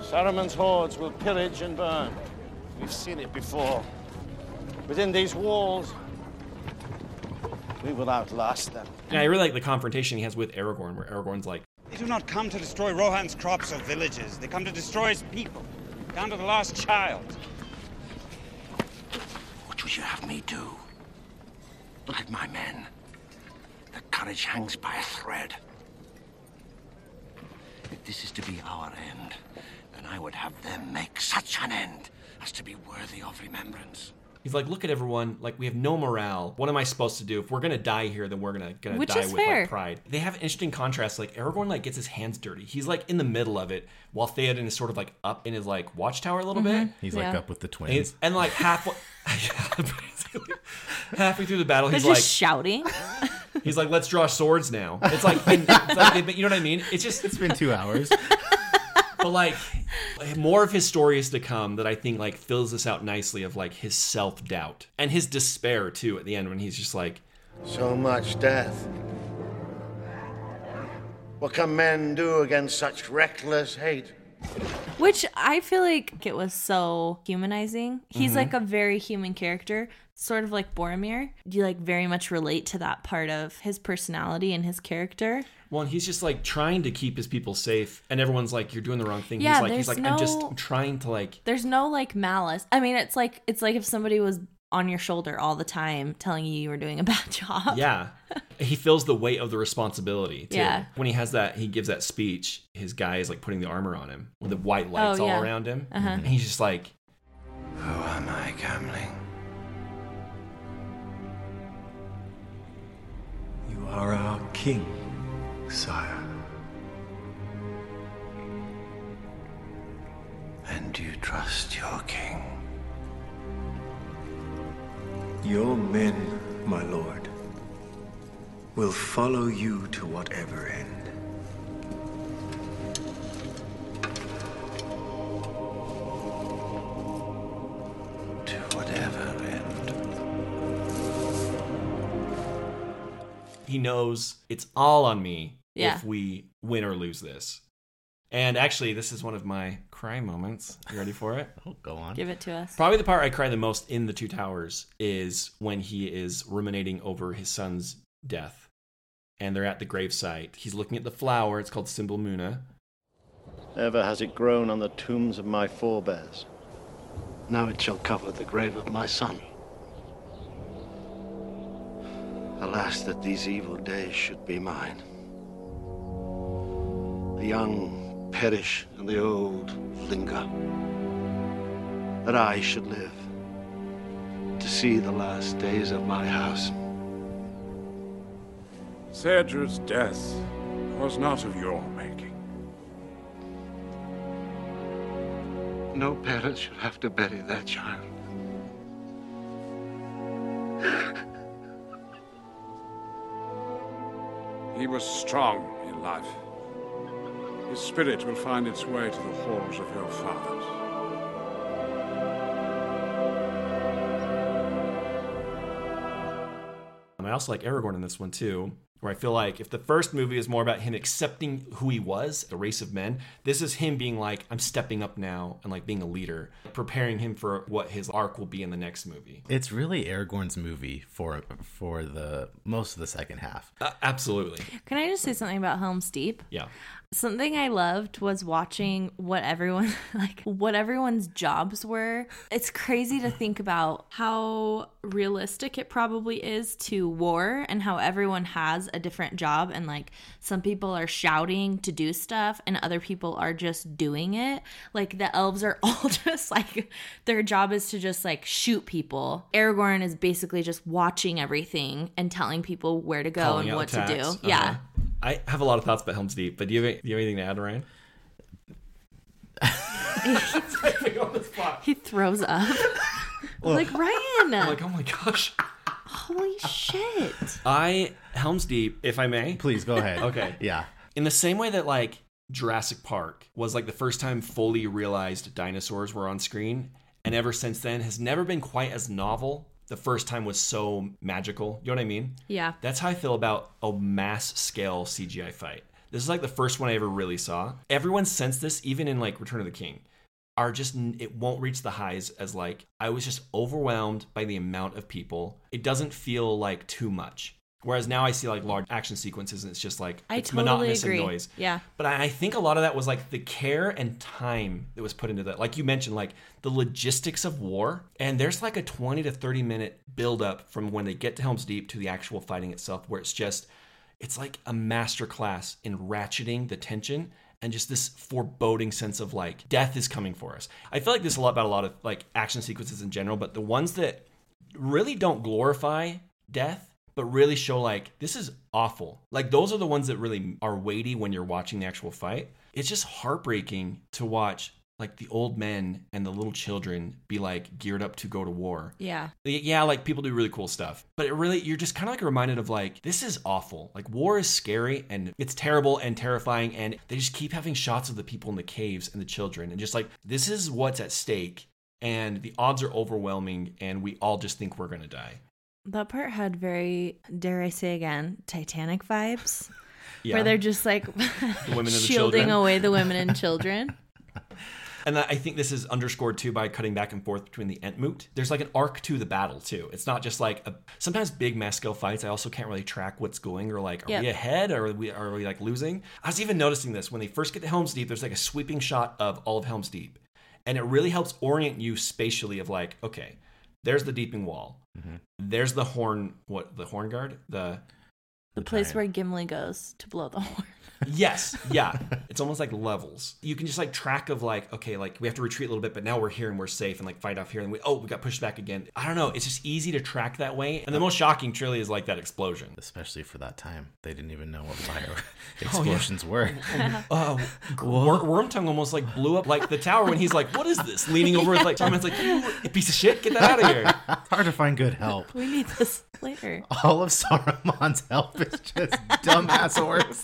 S12: Saruman's hordes will pillage and burn. We've seen it before. Within these walls, we will outlast them.
S3: and I really like the confrontation he has with Aragorn where Aragorn's like
S13: They do not come to destroy Rohan's crops or villages. They come to destroy his people, down to the last child.
S7: What would you have me do? Look at my men. Their courage hangs by a thread. If this is to be our end, then I would have them make such an end as to be worthy of remembrance.
S3: he's like look at everyone like we have no morale. What am I supposed to do if we're gonna die here? Then we're gonna gonna
S2: Which
S3: die
S2: is
S3: with
S2: fair.
S3: like pride. They have an interesting contrast. Like Aragorn like gets his hands dirty. He's like in the middle of it while Theoden is sort of like up in his like watchtower a little
S2: Mm-hmm.
S3: bit.
S4: He's like
S3: Yeah.
S4: up with the
S3: And, he's-
S4: twins.
S3: and, like halfway, basically. halfway through the battle,
S2: They're
S3: he's
S2: just
S3: like
S2: shouting.
S3: He's like, let's draw swords now. It's like, been, it's like they've been- you know what I mean? It's just it's
S4: been two hours.
S3: but like, more of his story is to come that I think like fills this out nicely of like his self doubt and his despair too at the end when he's just like,
S14: So much death. What can men do against such reckless hate?
S2: Which I feel like it was so humanizing. He's
S3: Mhm.
S2: like a very human character, sort of like Boromir. You like very much relate to that part of his personality and his character.
S3: Well, and he's just like trying to keep his people safe, and everyone's like, "You're doing the wrong thing."
S2: Yeah,
S3: he's like, he's
S2: there's
S3: like, I'm just
S2: no-
S3: trying to like.
S2: There's no like malice. I mean, it's like it's like if somebody was on your shoulder all the time telling you you were doing a bad job.
S3: Yeah, he feels the weight of the responsibility. Too.
S2: Yeah.
S3: When he has that, he gives that speech. His guy is like putting the armor on him with the white lights
S2: yeah.
S3: all around him,
S2: Uh-huh.
S3: and he's just like,
S1: Who am I, Gamling?
S15: You are our king, sire.
S1: And you trust your king?
S15: Your men, my lord, will follow you to whatever end.
S1: To whatever end.
S3: he knows it's all on me
S2: Yeah.
S3: if we win or lose this. And actually, this is one of my cry moments. You ready for it?
S4: Oh, go on.
S2: Give it to us.
S3: Probably the part I cry the most in The Two Towers is when he is ruminating over his son's death. And they're at the gravesite. He's looking at the flower. It's called Symbol Muna.
S16: Ever has it grown on the tombs of my forebears. Now it shall cover the grave of my son. Alas, that these evil days should be mine. The young perish and the old linger. That I should live to see the last days of my house.
S10: Cedric's death was not of your making.
S16: No parent should have to bury their child.
S10: He was strong in life. His spirit will find its way to the halls of your fathers.
S3: And I also like Aragorn in this one too, where I feel like if the first movie is more about him accepting who he was, the race of men, this is him being like, I'm stepping up now and like being a leader, preparing him for what his arc will be in the next movie.
S4: It's really Aragorn's movie for for the most of the second half.
S3: Uh, absolutely.
S2: Can I just say something about Helm's Deep?
S3: Yeah.
S2: Something I loved was watching what everyone like what everyone's jobs were. It's crazy to think about how realistic it probably is to war and how everyone has a different job and like some people are shouting to do stuff and other people are just doing it. Like the elves are all just like their job is to just like shoot people. Aragorn is basically just watching everything and telling people where to go
S3: Calling
S2: and
S3: out
S2: what to do.
S3: attacks. Uh-huh.
S2: Yeah.
S3: I have a lot of thoughts about Helm's Deep, but do you have, do you have anything to add, Ryan?
S2: He throws up.
S3: Ugh.
S2: like Ryan.
S3: like, oh my gosh.
S2: Holy shit.
S3: I Helm's Deep, if I may.
S4: Please go ahead.
S3: okay.
S4: Yeah.
S3: In the same way that like Jurassic Park was like the first time fully realized dinosaurs were on screen, and ever since then has never been quite as novel. The first time was so magical. You know what I mean?
S2: Yeah.
S3: That's how I feel about a mass scale CGI fight. This is like the first one I ever really saw. Everyone since this, even in like Return of the King, are just it won't reach the highs as like I was just overwhelmed by the amount of people. It doesn't feel like too much. Whereas now I see like large action sequences and it's just like
S2: I
S3: it's
S2: totally
S3: monotonous
S2: agree.
S3: and noise.
S2: Yeah.
S3: But I I think a lot of that was like the care and time that was put into that. Like you mentioned, like the logistics of war. And there's like a 20 to 30 minute build up from when they get to Helm's Deep to the actual fighting itself, where it's just, it's like a masterclass in ratcheting the tension and just this foreboding sense of like death is coming for us. I feel like this a lot about a lot of like action sequences in general, but the ones that really don't glorify death, but really show like this is awful. Like those are the ones that really are weighty when you're watching the actual fight. It's just heartbreaking to watch like the old men and the little children be like geared up to go to war.
S2: Yeah.
S3: Yeah, like people do really cool stuff, but it really you're just kind of like reminded of like this is awful. Like war is scary and it's terrible and terrifying and they just keep having shots of the people in the caves and the children and just like this is what's at stake and the odds are overwhelming and we all just think we're going to die.
S2: That part had very, dare I say again, Titanic vibes.
S3: Yeah.
S2: Where they're just like
S3: women and the
S2: shielding
S3: children.
S2: away the women and children.
S3: And I think this is underscored too by cutting back and forth between the Entmoot. There's like an arc to the battle too. It's not just like a, sometimes big mass scale fights. I also can't really track what's going or like are
S2: Yep.
S3: we ahead or are we are we like losing. I was even noticing this when they first get to Helm's Deep. There's like a sweeping shot of all of Helm's Deep, and it really helps orient you spatially of like okay, there's the Deeping Wall, there's the horn what the horn guard the
S2: The place where Gimli goes to blow the horn.
S3: Yes, yeah. it's almost like levels. You can just like track of like, okay, like we have to retreat a little bit, but now we're here and we're safe and like fight off here and we oh we got pushed back again. I don't know. It's just easy to track that way. And the most shocking truly is like that explosion.
S4: Especially for that time, they didn't even know what fire
S3: Oh, yeah.
S4: explosions were.
S3: Uh, Wor- Wormtongue almost like blew up like the tower when he's like, "What is this?" Leaning over with like Tommen's like, "You piece of shit, get that out of here."
S4: Hard to find good help.
S2: We need this later.
S4: All of Saruman's help is just dumbass orcs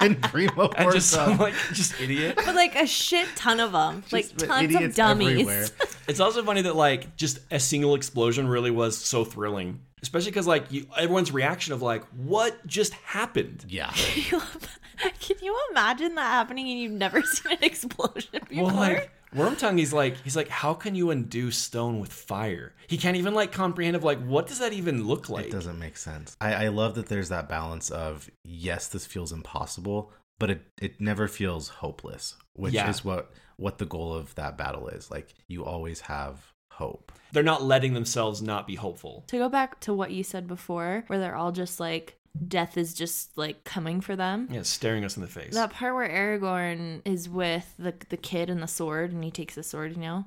S4: and primo
S3: And just
S4: Wormtongue.
S3: some like just idiot.
S2: But like a shit ton of them, like
S4: the
S2: tons of
S4: idiots
S2: dummies.
S4: everywhere.
S3: it's also funny that like just a single explosion really was so thrilling, especially because like you, everyone's reaction of like what just happened.
S4: Yeah,
S2: Can you imagine that happening and you've never seen an explosion before?
S3: well, like Wormtongue, he's like he's like how can you undo stone with fire? He can't even like comprehend of like what does that even look like?
S4: It doesn't make sense. I, I love that there's that balance of yes, this feels impossible, but it, it never feels hopeless, which
S3: Yeah.
S4: is what what the goal of that battle is. Like you always have hope.
S3: They're not letting themselves not be hopeful.
S2: To go back to what you said before, where they're all just like, death is just like coming for them.
S3: Yeah, staring us in the face.
S2: That part where Aragorn is with the the kid and the sword, and he takes the sword, you know,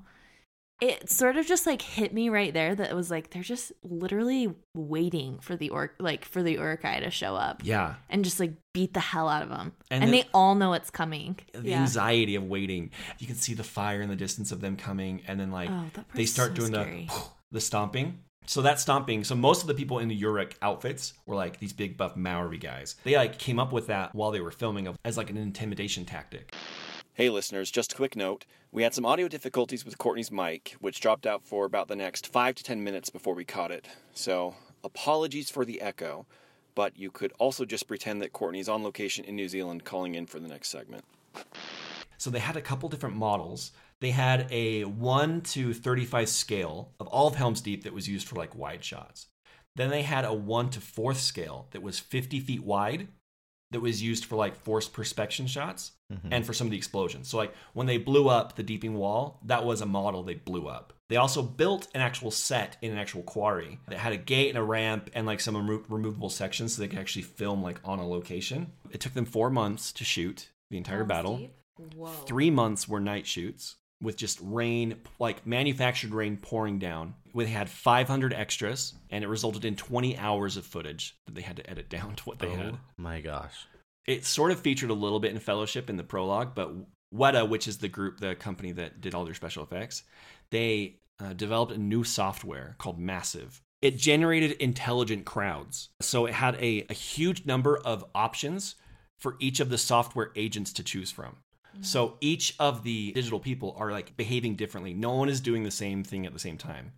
S2: it sort of just like hit me right there that it was like they're just literally waiting for the orc, like for the Urukai to show up,
S3: Yeah.
S2: and just like beat the hell out of them,
S3: And
S2: and,
S3: the-
S2: they all know it's coming.
S3: the
S2: Yeah.
S3: anxiety of waiting. You can see the fire in the distance of them coming, and then like
S2: Oh, that part's
S3: they start
S2: so
S3: doing
S2: scary.
S3: the the stomping. So that stomping. So most of the people in the Yurik outfits were like these big buff Maori guys. They like came up with that while they were filming of, as like an intimidation tactic.
S17: Hey, listeners, just a quick note. We had some audio difficulties with Courtney's mic, which dropped out for about the next five to ten minutes before we caught it. So, apologies for the echo, but you could also just pretend that Courtney's on location in New Zealand calling in for the next segment.
S3: So they had a couple different models. They had a 1 to 35 scale of all of Helm's Deep that was used for like wide shots. Then they had a 1 to 4th scale that was 50 feet wide that was used for like forced perspection shots
S4: Mhm.
S3: and for some of the explosions. So, like when they blew up the Deeping Wall, that was a model they blew up. They also built an actual set in an actual quarry that had a gate and a ramp and like some remo- removable sections so they could actually film like on a location. It took them four months to shoot the entire battle three months were night shoots with just rain, like manufactured rain pouring down. We had 500 extras, and it resulted in 20 hours of footage that they had to edit down to what they
S4: oh
S3: had.
S4: my gosh.
S3: It sort of featured a little bit in Fellowship in the prologue, but Weta, which is the group, the company that did all their special effects, they uh, developed a new software called Massive. It generated intelligent crowds. So it had a, a huge number of options for each of the software agents to choose from. So each of the digital people are like behaving differently. No one is doing the same thing at the same time.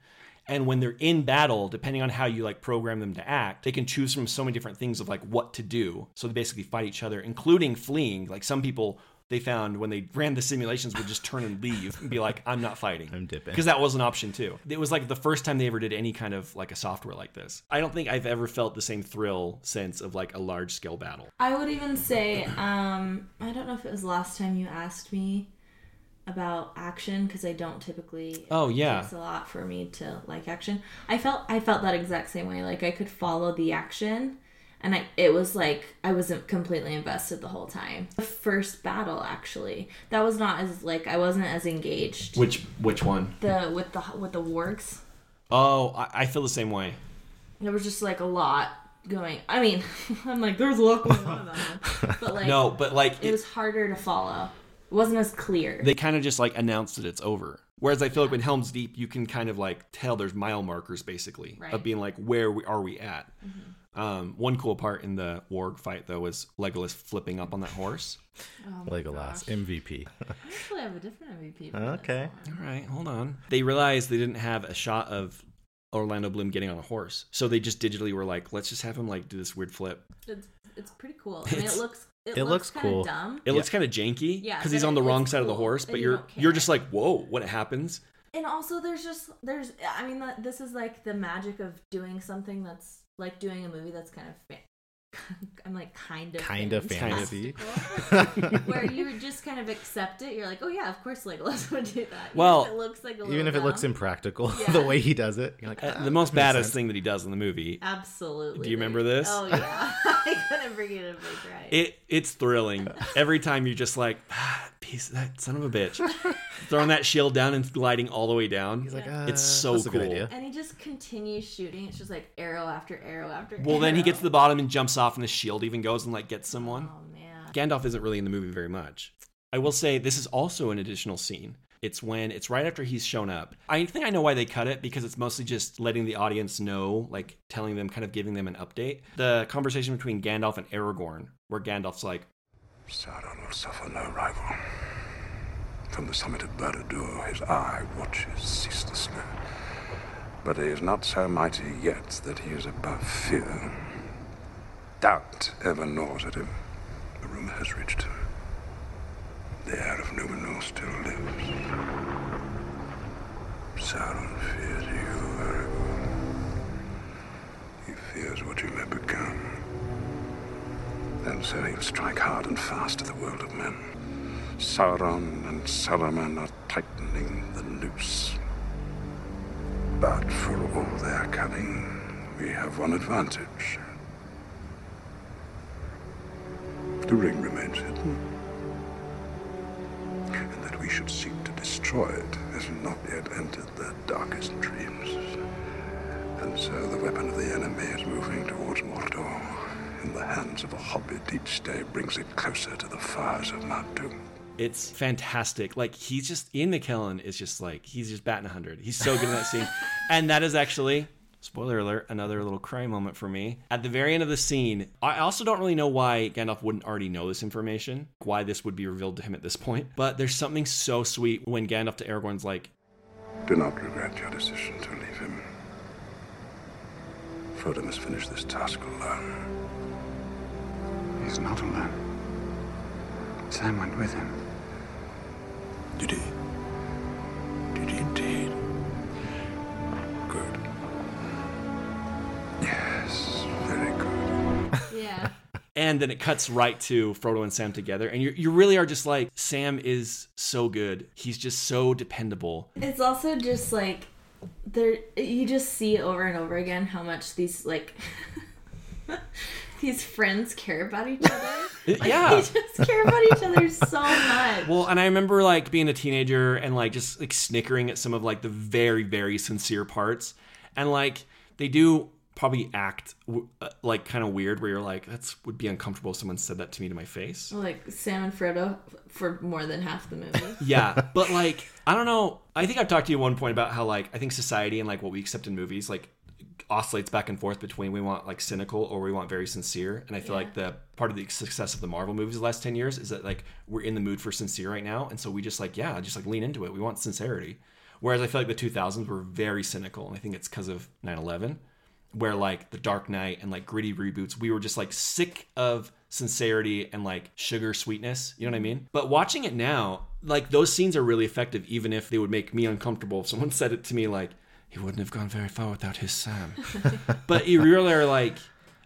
S3: And when they're in battle, depending on how you like program them to act, they can choose from so many different things of like what to do. So they basically fight each other, including fleeing. Like some people they found when they ran the simulations would just turn and leave and be like, I'm not fighting. I'm dipping. Because that was an option too. It was like the first time they ever did any kind of like a software like this. I don't think I've ever felt the same thrill sense of like a large scale battle.
S2: I would even say, um, I don't know if it was last time you asked me about action because I don't typically.
S3: Oh, yeah.
S2: it takes a lot for me to like action. I felt I felt that exact same way. Like I could follow the action, and I it was like I wasn't completely invested the whole time. The first battle actually that was not as like I wasn't as engaged.
S3: Which which one?
S2: the with the with the wargs
S3: Oh, I, I feel the same way.
S2: there was just like a lot going. I mean, I'm like there's a lot going on in that one, but like
S3: no, but like
S2: it was harder to follow. It wasn't as clear.
S3: they kind of just like announce that it's over. Whereas I feel like when Helm's Deep, you can kind of like tell there's mile markers basically of
S2: Right.
S3: being like where we, are we at. Um, one cool part in the Warg fight though was Legolas flipping up on that horse.
S2: Oh my
S4: Legolas, MVP.
S2: Actually, I have a different MVP.
S4: okay.
S3: All right, hold on. They realized they didn't have a shot of Orlando Bloom getting on a horse, so they just digitally were like, let's just have him like do this weird flip.
S2: It's it's pretty cool. I mean, it
S3: It's-
S2: looks it,
S3: it
S2: looks,
S3: looks
S2: kind
S3: cool.
S2: of dumb.
S3: It looks kind of janky
S2: Yeah,
S3: because he's
S2: but
S3: on the
S2: it
S3: wrong
S2: looks
S3: side of the
S2: cool,
S3: horse. But
S2: and you
S3: you're
S2: don't care.
S3: you're just like, whoa, what happens?
S2: And also, there's just there's I mean, that- this is like the magic of doing something that's like doing a movie that's kind of. Fa- I'm like kind of
S4: Kind of fantasy.
S2: fantastical, where you just kind of accept it. You're like, oh yeah, of course Legolas would do that. Even
S3: Well,
S2: if it looks like a
S4: even
S2: little
S4: if it looks
S2: dumb.
S4: impractical,
S2: Yeah.
S4: the way he does it, you're like,
S3: Uh,
S4: "Ah,
S3: the most
S4: makes
S3: baddest
S4: sense."
S3: thing that he does in the movie.
S2: Absolutely.
S3: Do you remember this?
S2: Oh yeah, I couldn't bring it up right.
S3: It it's thrilling every time you're just like, ah, piece that son of a bitch, throwing that shield down and gliding all the way down. He's
S2: like,
S3: it's
S4: "Uh,
S3: so
S4: that's a
S3: cool.
S4: good idea.
S2: and he just continues shooting. It's just like arrow after arrow after.
S3: Well, then he
S2: arrow.
S3: gets to the bottom and jumps off, and the shield even goes and like gets someone.
S2: Oh.
S3: Gandalf isn't really in the movie very much. I will say this is also an additional scene. It's when it's right after he's shown up. I think I know why they cut it because it's mostly just letting the audience know, like telling them, kind of giving them an update. The conversation between Gandalf and Aragorn, where Gandalf's like,
S10: Sauron will suffer no rival. From the summit of Barad-dûr, his eye watches ceaselessly. But he is not so mighty yet that he is above fear. Doubt ever gnaws at him. The rumor has reached him. The heir of Numenor still lives. Sauron fears you, Aragorn. He fears what you may become. And so he'll strike hard and fast at the world of men. Sauron and Saruman are tightening the noose. But for all their cunning, we have one advantage. The ring remains hidden. And that we should seek to destroy it has not yet entered their darkest dreams. And so the weapon of the enemy is moving towards Mordor in the hands of a hobbit each day brings it closer to the fires of Mount Doom.
S3: It's fantastic. Like he's just Ian McKellen is just like he's just batting hundred. He's so good in that scene, and that is actually spoiler alert another little cry moment for me at the very end of the scene. I also don't really know why Gandalf wouldn't already know this information, why this would be revealed to him at this point. But there's something so sweet when Gandalf to Aragorn's like,
S10: Do not regret your decision to leave him. Frodo must finish this task alone. He's not alone. Sam went with him. Did he? Did he indeed? Good. Yes, very good.
S2: Yeah.
S3: and then it cuts right to Frodo and Sam together, and you you really are just like Sam is so good. He's just so dependable.
S2: It's also just like there you just see over and over again how much these like these friends care about each other. Like,
S3: yeah.
S2: They just care about each other so much.
S3: Well, and I remember like being a teenager and like just like snickering at some of like the very very sincere parts, and like they do probably act w- uh, like kind of weird where you're like that's would be uncomfortable if someone said that to me to my face.
S2: Like Sam and Frodo for more than half the movie.
S3: Yeah, but like I don't know. I think I've talked to you at one point about how like I think society and like what we accept in movies like oscillates back and forth between we want like cynical or we want very sincere. And I feel
S2: Yeah.
S3: like the part of the success of the Marvel movies the last 10 years is that like we're in the mood for sincere right now and so we just like yeah, just like lean into it. We want sincerity. Whereas I feel like the 2000s were very cynical and I think it's cuz of 9/11 where like the Dark Knight and like gritty reboots, we were just like sick of sincerity and like sugar sweetness. You know what I mean? But watching it now, like those scenes are really effective, even if they would make me uncomfortable. If someone said it to me, like, he wouldn't have gone very far without his Sam. but you really are like,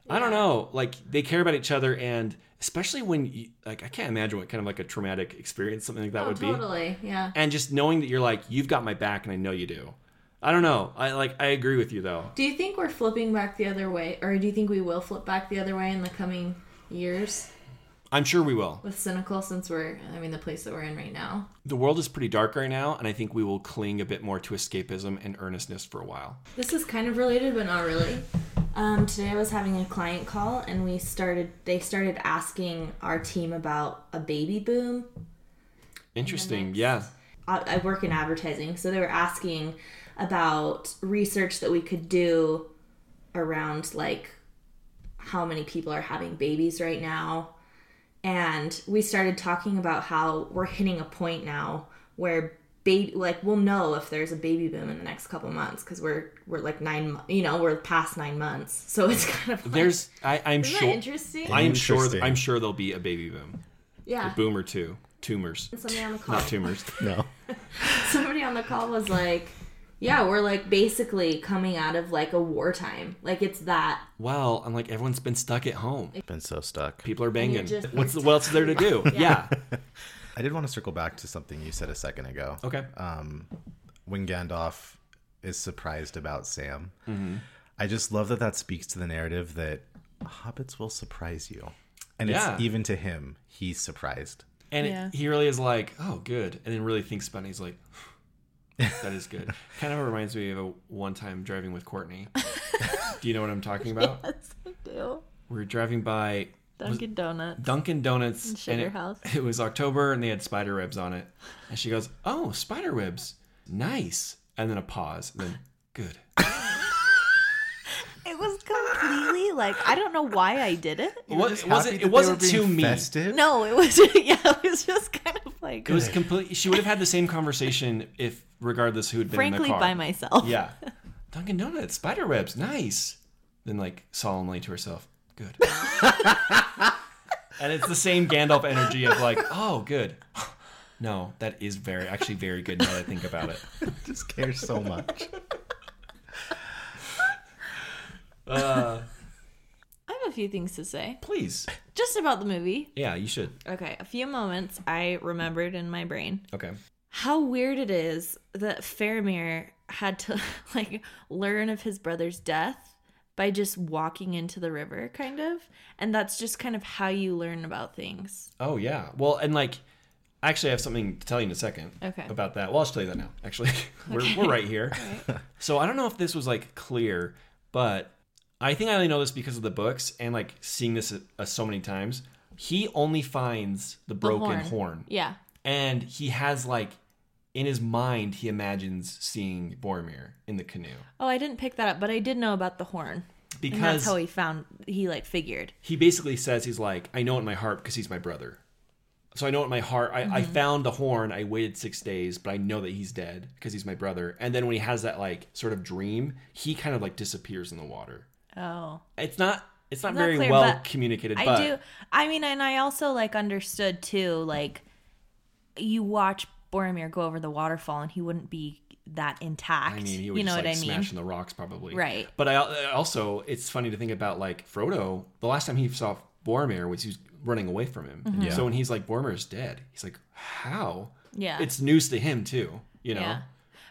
S3: I don't know, like they care about each other and especially when you, like I can't imagine what kind of like a traumatic experience something like that
S2: Oh,
S3: would be
S2: totally. Yeah.
S3: and just knowing that you're like you've got my back and I know you do I don't know I like I agree with you though
S2: Do you think we're flipping back the other way, or do you think we will flip back the other way in the coming years
S3: I'm sure we will
S2: with cynical? Since we're, I mean, the place that we're in right now.
S3: The world is pretty dark right now, and I think we will cling a bit more to escapism and earnestness for a while.
S2: This is kind of related, but not really. Um, today I was having a client call, and we started. They started asking our team about a baby boom.
S3: Interesting, yeah.
S2: I, I work in advertising, so they were asking about research that we could do around like how many people are having babies right now. And we started talking about how we're hitting a point now where baby like we'll know if there's a baby boom in the next couple months because we're we're like nine mo- you know we're past nine months so it's kind of like,
S3: There's, I, I'm
S2: Isn't that
S3: sure.
S2: interesting?
S3: I am sure.
S2: Interesting.
S3: I'm sure there'll be a baby boom.
S2: Yeah.
S3: a boom or two. Tumors.
S2: Somebody on the call.
S3: Not tumors. no.
S2: somebody on the call was like yeah we're like basically coming out of like a wartime like it's that
S3: Well, I'm like everyone's been stuck at home.
S4: Been so stuck.
S3: People are
S2: you're
S3: banging.
S2: just-
S3: What's what else is there to do? yeah.
S4: I did want to circle back to something you said a second ago.
S3: Okay.
S4: Um, when Gandalf is surprised about Sam,
S3: Mhm.
S4: I just love that that speaks to the narrative that hobbits will surprise you, and
S3: Yeah.
S4: it's even to him, he's surprised.
S3: And
S4: Yeah.
S3: it, he really is like, oh, good. And then really thinks about it. He's like, that is good. kind of reminds me of a one time driving with Courtney. do you know what I'm talking about?
S2: yes i do
S3: We were driving by was-
S2: dunkin' donuts
S3: Dunkin' Donuts.
S2: And Sugar
S3: it,
S2: House.
S3: It was October and they had spider webs on it. And she goes, oh, spider webs. Nice. And then a pause. And then, good.
S2: it was completely like i don't know why i did it
S3: What- it wasn't, it wasn't to me.
S2: no it was yeah it was just kind of like
S3: It was complete. She would have had the same conversation if, regardless who had been in the
S2: Frankly,
S3: car.
S2: by myself.
S3: Yeah. Dunkin' Donuts, spider webs, nice. Then, like, solemnly to herself, good. and it's the same Gandalf energy of, like, oh, good. No, that is very, actually, very good now that I think about it.
S4: Just cares so much.
S3: Uh,
S2: i have a few things to say
S3: please.
S2: just about the movie
S3: Yeah, you should.
S2: okay a few moments i remembered in my brain
S3: Okay.
S2: how weird it is that Faramir had to like learn of his brother's death by just walking into the river kind of and that's just kind of how you learn about things
S3: Oh, yeah. Well, and, like, actually, I have something to tell you in a second
S2: Okay.
S3: about that. Well, I'll just tell you that now, actually. we're,
S2: Okay.
S3: we're right here.
S2: All right.
S3: So I don't know if this was like clear, but I think I only know this because of the books and like seeing this uh, so many times. He only finds the
S2: horn.
S3: broken horn.
S2: Yeah.
S3: And he has like in his mind he imagines seeing Boromir in the canoe.
S2: oh i didn't pick that up but i did know about the horn and that's
S3: Because-
S2: how he found he like figured
S3: He basically says he's like, I know it in my heart because he's my brother. So I know it in my heart. I, I
S2: Mhm.
S3: found the horn. I waited six days, but I know that he's dead because he's my brother. And then when he has that like sort of dream, he kind of like disappears in the water.
S2: oh
S3: It's not. It's not
S2: It's
S3: very
S2: clear,
S3: well
S2: but
S3: communicated.
S2: I
S3: but
S2: do. I mean, and I also like understood too. Like, you watch Boromir go over the waterfall, and he wouldn't be that intact.
S3: I mean, he would
S2: you know
S3: just
S2: what
S3: like
S2: I mean?
S3: smashing the rocks probably.
S2: Right.
S3: But I I also, it's funny to think about like Frodo. The last time he saw Boromir was he was running away from him.
S2: Mhm. Yeah.
S3: So when he's like Boromir's dead, he's like, how?
S2: Yeah.
S3: It's news to him too. You know.
S2: Yeah.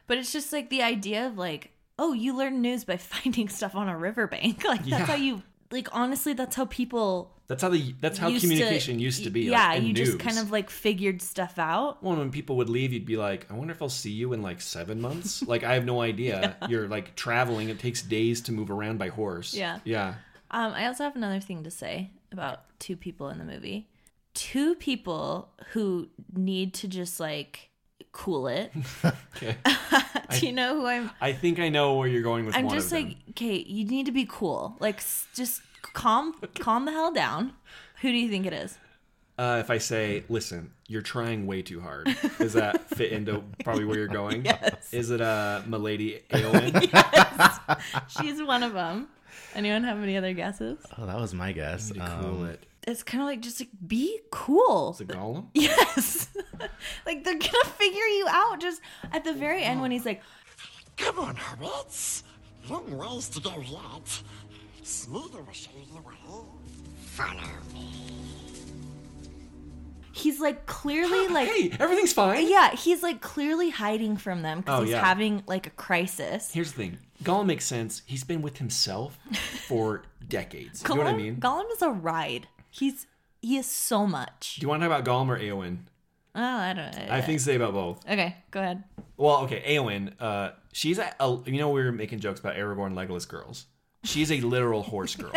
S2: But it's just like the idea of like, oh, you learn news by finding stuff on a riverbank. Like that's
S3: Yeah.
S2: how you. Like honestly, that's how people.
S3: That's how the that's how
S2: used to-
S3: communication used to be.
S2: Yeah,
S3: like, in
S2: you just
S3: news.
S2: kind of like figured stuff out.
S3: Well, when people would leave, you'd be like, I wonder if I'll see you in like seven months. like I have no idea. You're like traveling. It takes days to move around by horse.
S2: Yeah.
S3: Yeah.
S2: Um, I also have another thing to say about two people in the movie. Two people who need to just like cool it.
S3: Okay.
S2: Do you know who I'm?
S3: I think I know where you're going with
S2: I'm
S3: one
S2: just
S3: of them.
S2: like, Kate, you need to be cool. Like, s- just calm, calm the hell down. Who do you think it is?
S3: Uh, if I say, listen, you're trying way too hard, does that fit into probably where you're going?
S2: Yes.
S3: Is it uh, Milady Aowen?
S2: She's one of them. Anyone have any other guesses?
S4: Oh, that was my guess. Um,
S2: It's kind of like just like be cool.
S3: Is it Gollum?
S2: Yes. like they're gonna figure you out. Just at the very end when he's like,
S7: Come on, hobbits. Long ways to go yet. Smoother will show you the way. Follow me.
S2: he's like clearly like
S3: hey everything's fine
S2: yeah he's like clearly hiding from them because
S3: Oh,
S2: he's
S3: yeah.
S2: having like a crisis
S3: Here's the thing Gollum makes sense. He's been with himself for decades.
S2: Gollum,
S3: you know what I mean?
S2: Gollum is a ride he's he is so much
S3: Do you want to talk about Gollum or Aowen?
S2: oh I don't
S3: I have things to say about both.
S2: okay go ahead
S3: Well, okay, Aowen, uh, she's a, a, you know, we were making jokes about Aragorn Legolas girls. She's a literal horse girl.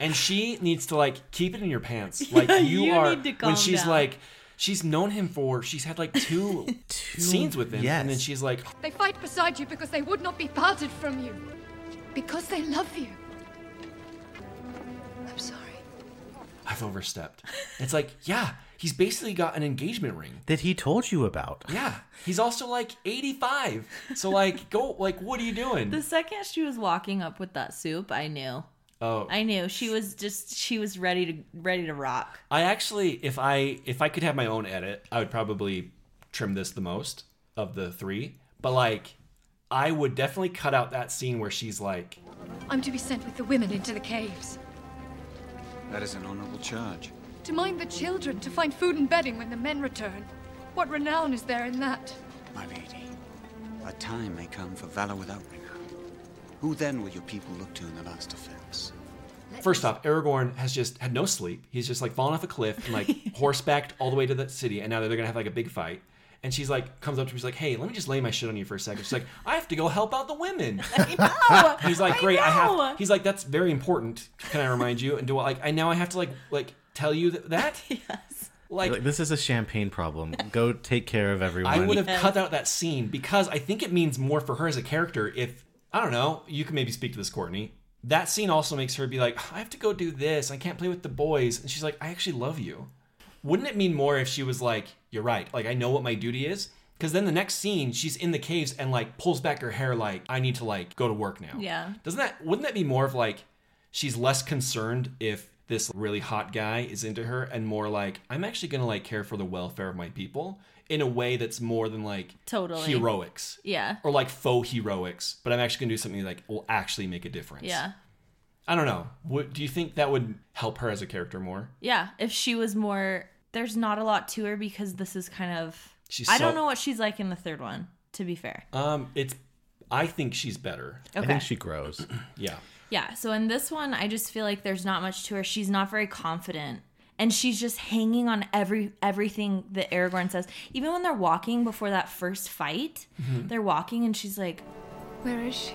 S3: and she needs to, like, keep it in your pants. Like, you,
S2: You
S3: are,
S2: need to calm
S3: when she's
S2: down.
S3: like, she's known him for, she's had like two, scenes with him. And then she's like,
S18: They fight beside you because they would not be parted from you. Because they love you. I'm sorry.
S3: I've overstepped. It's like, yeah, He's basically got an engagement ring.
S4: that he told you about.
S3: Yeah. He's also like 85. So like go like what are you doing?
S2: The second she was walking up with that soup, I knew.
S3: oh.
S2: I knew she was just she was ready to ready to rock.
S3: I actually, if I if I could have my own edit, I would probably trim this the most of the three. But like, I would definitely cut out that scene where she's like,
S18: I'm to be sent with the women into the caves.
S19: That is an honorable charge.
S18: To mind the children, to find food and bedding when the men return. What renown is there in that?
S19: My lady, a time may come for valor without renown. Who then will your people look to in the last defense?
S3: first off, Aragorn has just had no sleep. He's just like fallen off a cliff and like horsebacked all the way to the city, and now they're gonna have like a big fight. And she's like, comes up to me, she's like, "Hey, let me just lay my shit on you for a second. She's like, "I have to go help out the women." he's like, "Great, I,
S2: know.
S3: have." He's like, "That's very important. Can I remind you?" And do I like, I now I have to like like tell you th- that? yes. Like,
S4: Like, this is a champagne problem. Go take care of everyone.
S3: I would have cut out that scene because I think it means more for her as a character. If I don't know, you can maybe speak to this, Courtney. That scene also makes her be like, I have to go do this. I can't play with the boys, and she's like, I actually love you. Wouldn't it mean more if she was like, You're right. Like I know what my duty is. Because then the next scene, she's in the caves and like pulls back her hair, like I need to like go to work now.
S2: Yeah.
S3: Doesn't that wouldn't that be more of like she's less concerned if this really hot guy is into her and more like I'm actually going to like care for the welfare of my people in a way that's more than like
S2: Totally.
S3: heroics.
S2: Yeah.
S3: Or like faux heroics, but I'm actually going to do something like will actually make a difference.
S2: Yeah.
S3: I don't know. Would do you think that would help her as a character more?
S2: Yeah, if she was more there's not a lot to her because this is kind of
S3: She's
S2: I don't
S3: so-
S2: know what she's like in the third one, to be fair.
S3: Um it's I think she's better.
S2: I think Okay.
S4: she grows.
S3: yeah.
S2: Yeah, so in this one, I just feel like there's not much to her. She's not very confident, and she's just hanging on every everything that Aragorn says. Even when they're walking before that first fight,
S3: Mm-hmm.
S18: Mhm.
S2: they're walking, and she's like,
S18: Where is she?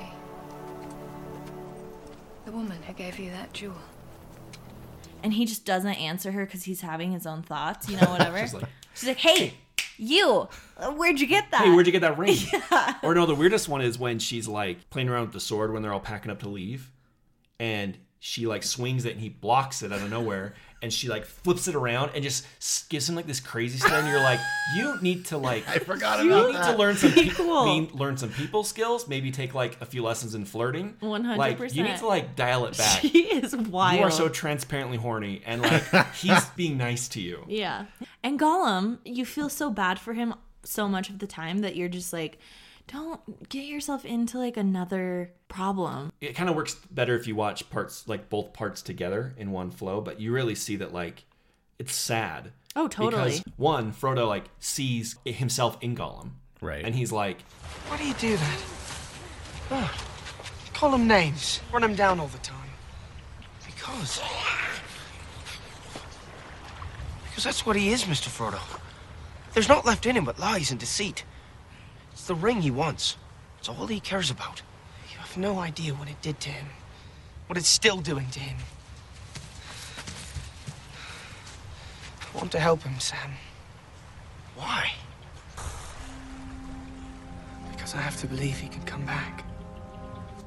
S18: The woman who gave you that jewel.
S2: and he just doesn't answer her because he's having his own thoughts, you know, whatever.
S3: She's
S2: she's,
S3: like-
S2: like, "Hey, you, uh, where'd you get that?
S3: Hey, where'd you get that ring? Or no, the weirdest one is when she's like playing around with the sword when they're all packing up to leave, and she like swings it and he blocks it out of nowhere, and she like flips it around and just s- gives him like this crazy stare, and you're like, you need to like, I
S4: forgot
S3: you
S4: about
S3: need to
S4: that.
S3: learn some
S4: Pretty
S3: peop-
S4: cool.
S3: lean- learn some people skills, maybe take like a few lessons in flirting. Like you need
S2: 100%.
S3: to like dial it back.
S2: She is wild.
S3: You are so transparently horny, and like he's being nice to you.
S2: Yeah. And Gollum, you feel so bad for him so much of the time that you're just like, don't get yourself into like another problem.
S3: it kind of works better if you watch parts like both parts together in one flow but you really see that like it's sad
S2: Oh, totally.
S3: because one frodo like sees himself in gollum right and he's like
S9: Why do you do that? Ugh. Call them names. Run them down all the time. Because. Because that's what he is, Mr. Frodo. There's not left in him but lies and deceit. It's the ring he wants. It's all he cares about. You have no idea what it did to him. What it's still doing to him. I want to help him, Sam. Why? Because I have to believe he can come back.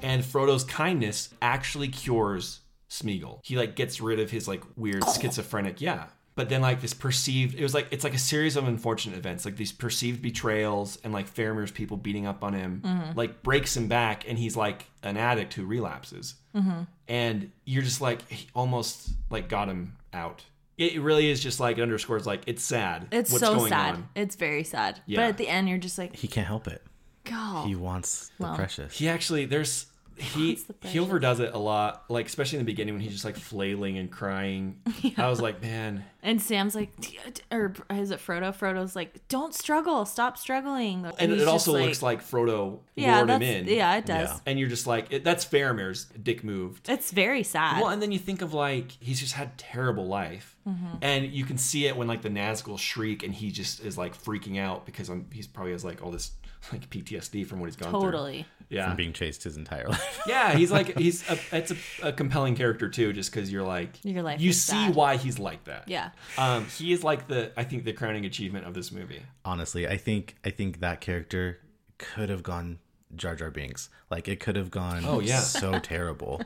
S3: and frodo's kindness actually cures smeagol he like gets rid of his like weird
S2: Oh.
S3: schizophrenic yeah but then like this perceived it was like it's like a series of unfortunate events like these perceived betrayals and like Faramir's people beating up on him
S2: Mm-hmm.
S1: Mhm.
S3: like breaks him back and he's like an addict who relapses
S2: Mm-hmm.
S1: Mhm.
S3: and you're just like he almost like got him out. It it really is just like it underscores like it's sad.
S2: It's
S3: what's
S2: so
S3: going
S2: sad.
S3: on.
S2: It's very sad.
S3: Yeah.
S2: But at the end, you're just like,
S4: He can't help it.
S2: go.
S4: He wants the
S2: Oh. Well.
S4: precious.
S3: He actually there's he
S2: the
S3: he overdoes it a lot, like especially in the beginning when he's just like flailing and crying. I was like, man,
S2: and Sam's like, "D- d- or is it Frodo? Frodo's like, don't struggle. Stop struggling.
S3: and
S2: he's
S3: it
S2: just
S3: also looks like Frodo
S2: Yeah,
S3: lured him in.
S2: that's- yeah, it does. Yeah.
S3: And you're just like, it, that's Faramir's dick move
S2: It's very sad.
S3: Well, and then you think of like he's just had terrible life,
S2: Mhm.
S3: and you can see it when like the Nazgul shriek, and he just is like freaking out because I'm, he's probably has like all this like PTSD from what he's gone through.
S2: Totally.
S3: Yeah.
S4: From being chased his entire life.
S3: Yeah, he's like he's a, it's a, a compelling character too, just because you're like
S2: Your life
S3: you
S2: is
S3: see
S2: sad.
S3: why he's like that.
S2: Yeah.
S3: um, he is like the I think the crowning achievement of this movie.
S4: Honestly, I think I think that character could have gone Jar Jar Binks. Like it could have gone
S3: Oh, yeah.
S4: so terrible.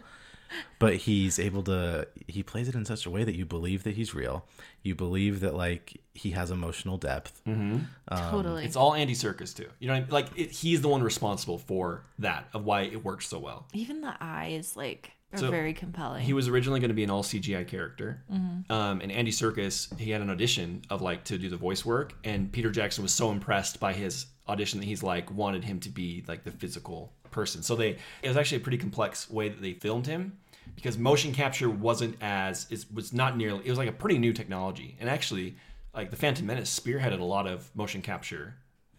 S4: but he's able to he plays it in such a way that you believe that he's real you believe that like he has emotional depth
S3: Mhm.
S4: Um,
S3: It's all Andy Circus too. You know, what I mean? like it, he's the one responsible for that of why it works so well.
S2: Even the eyes, like, are
S3: So,
S2: very compelling.
S3: He was originally going to be an all CGI character,
S2: Mhm.
S3: um, and Andy Circus he had an audition of like to do the voice work, and Peter Jackson was so impressed by his audition that he's like wanted him to be like the physical person. So they it was actually a pretty complex way that they filmed him because motion capture wasn't as it was not nearly it was like a pretty new technology, and actually like the Phantom Menace spearheaded a lot of motion capture,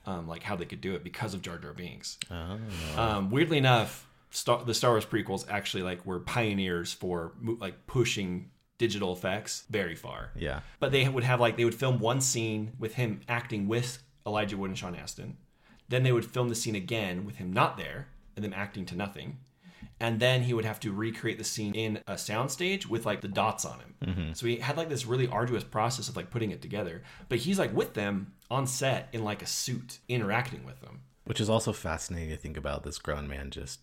S3: um, like how they could do it because of Jar Jar Binks. Um, weirdly enough, Star- the Star Wars prequels actually like were pioneers for mo- like pushing digital effects very far.
S4: Yeah.
S3: But they would have like they would film one scene with him acting with Elijah Wood and Sean Astin. Then they would film the scene again with him not there and them acting to nothing. And then he would have to recreate the scene in a soundstage with like the dots on him.
S4: Mhm.
S3: So he had like this really arduous process of like putting it together. But he's like with them on set in like a suit interacting with them.
S4: which is also fascinating to think about this grown man just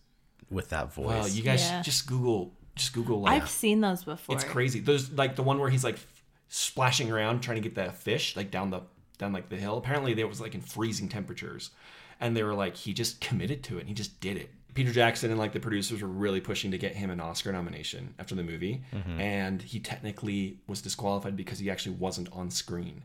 S4: with that voice
S3: Wow, you guys
S2: Yeah.
S3: just Google, just Google. Like,
S2: I've seen those before.
S3: It's crazy. There's like the one where he's like f- splashing around trying to get that fish like down the down like the hill. Apparently, there was like in freezing temperatures, and they were like he just committed to it. and He just did it. Peter Jackson and like the producers were really pushing to get him an Oscar nomination after the movie,
S4: Mhm.
S3: and he technically was disqualified because he actually wasn't on screen.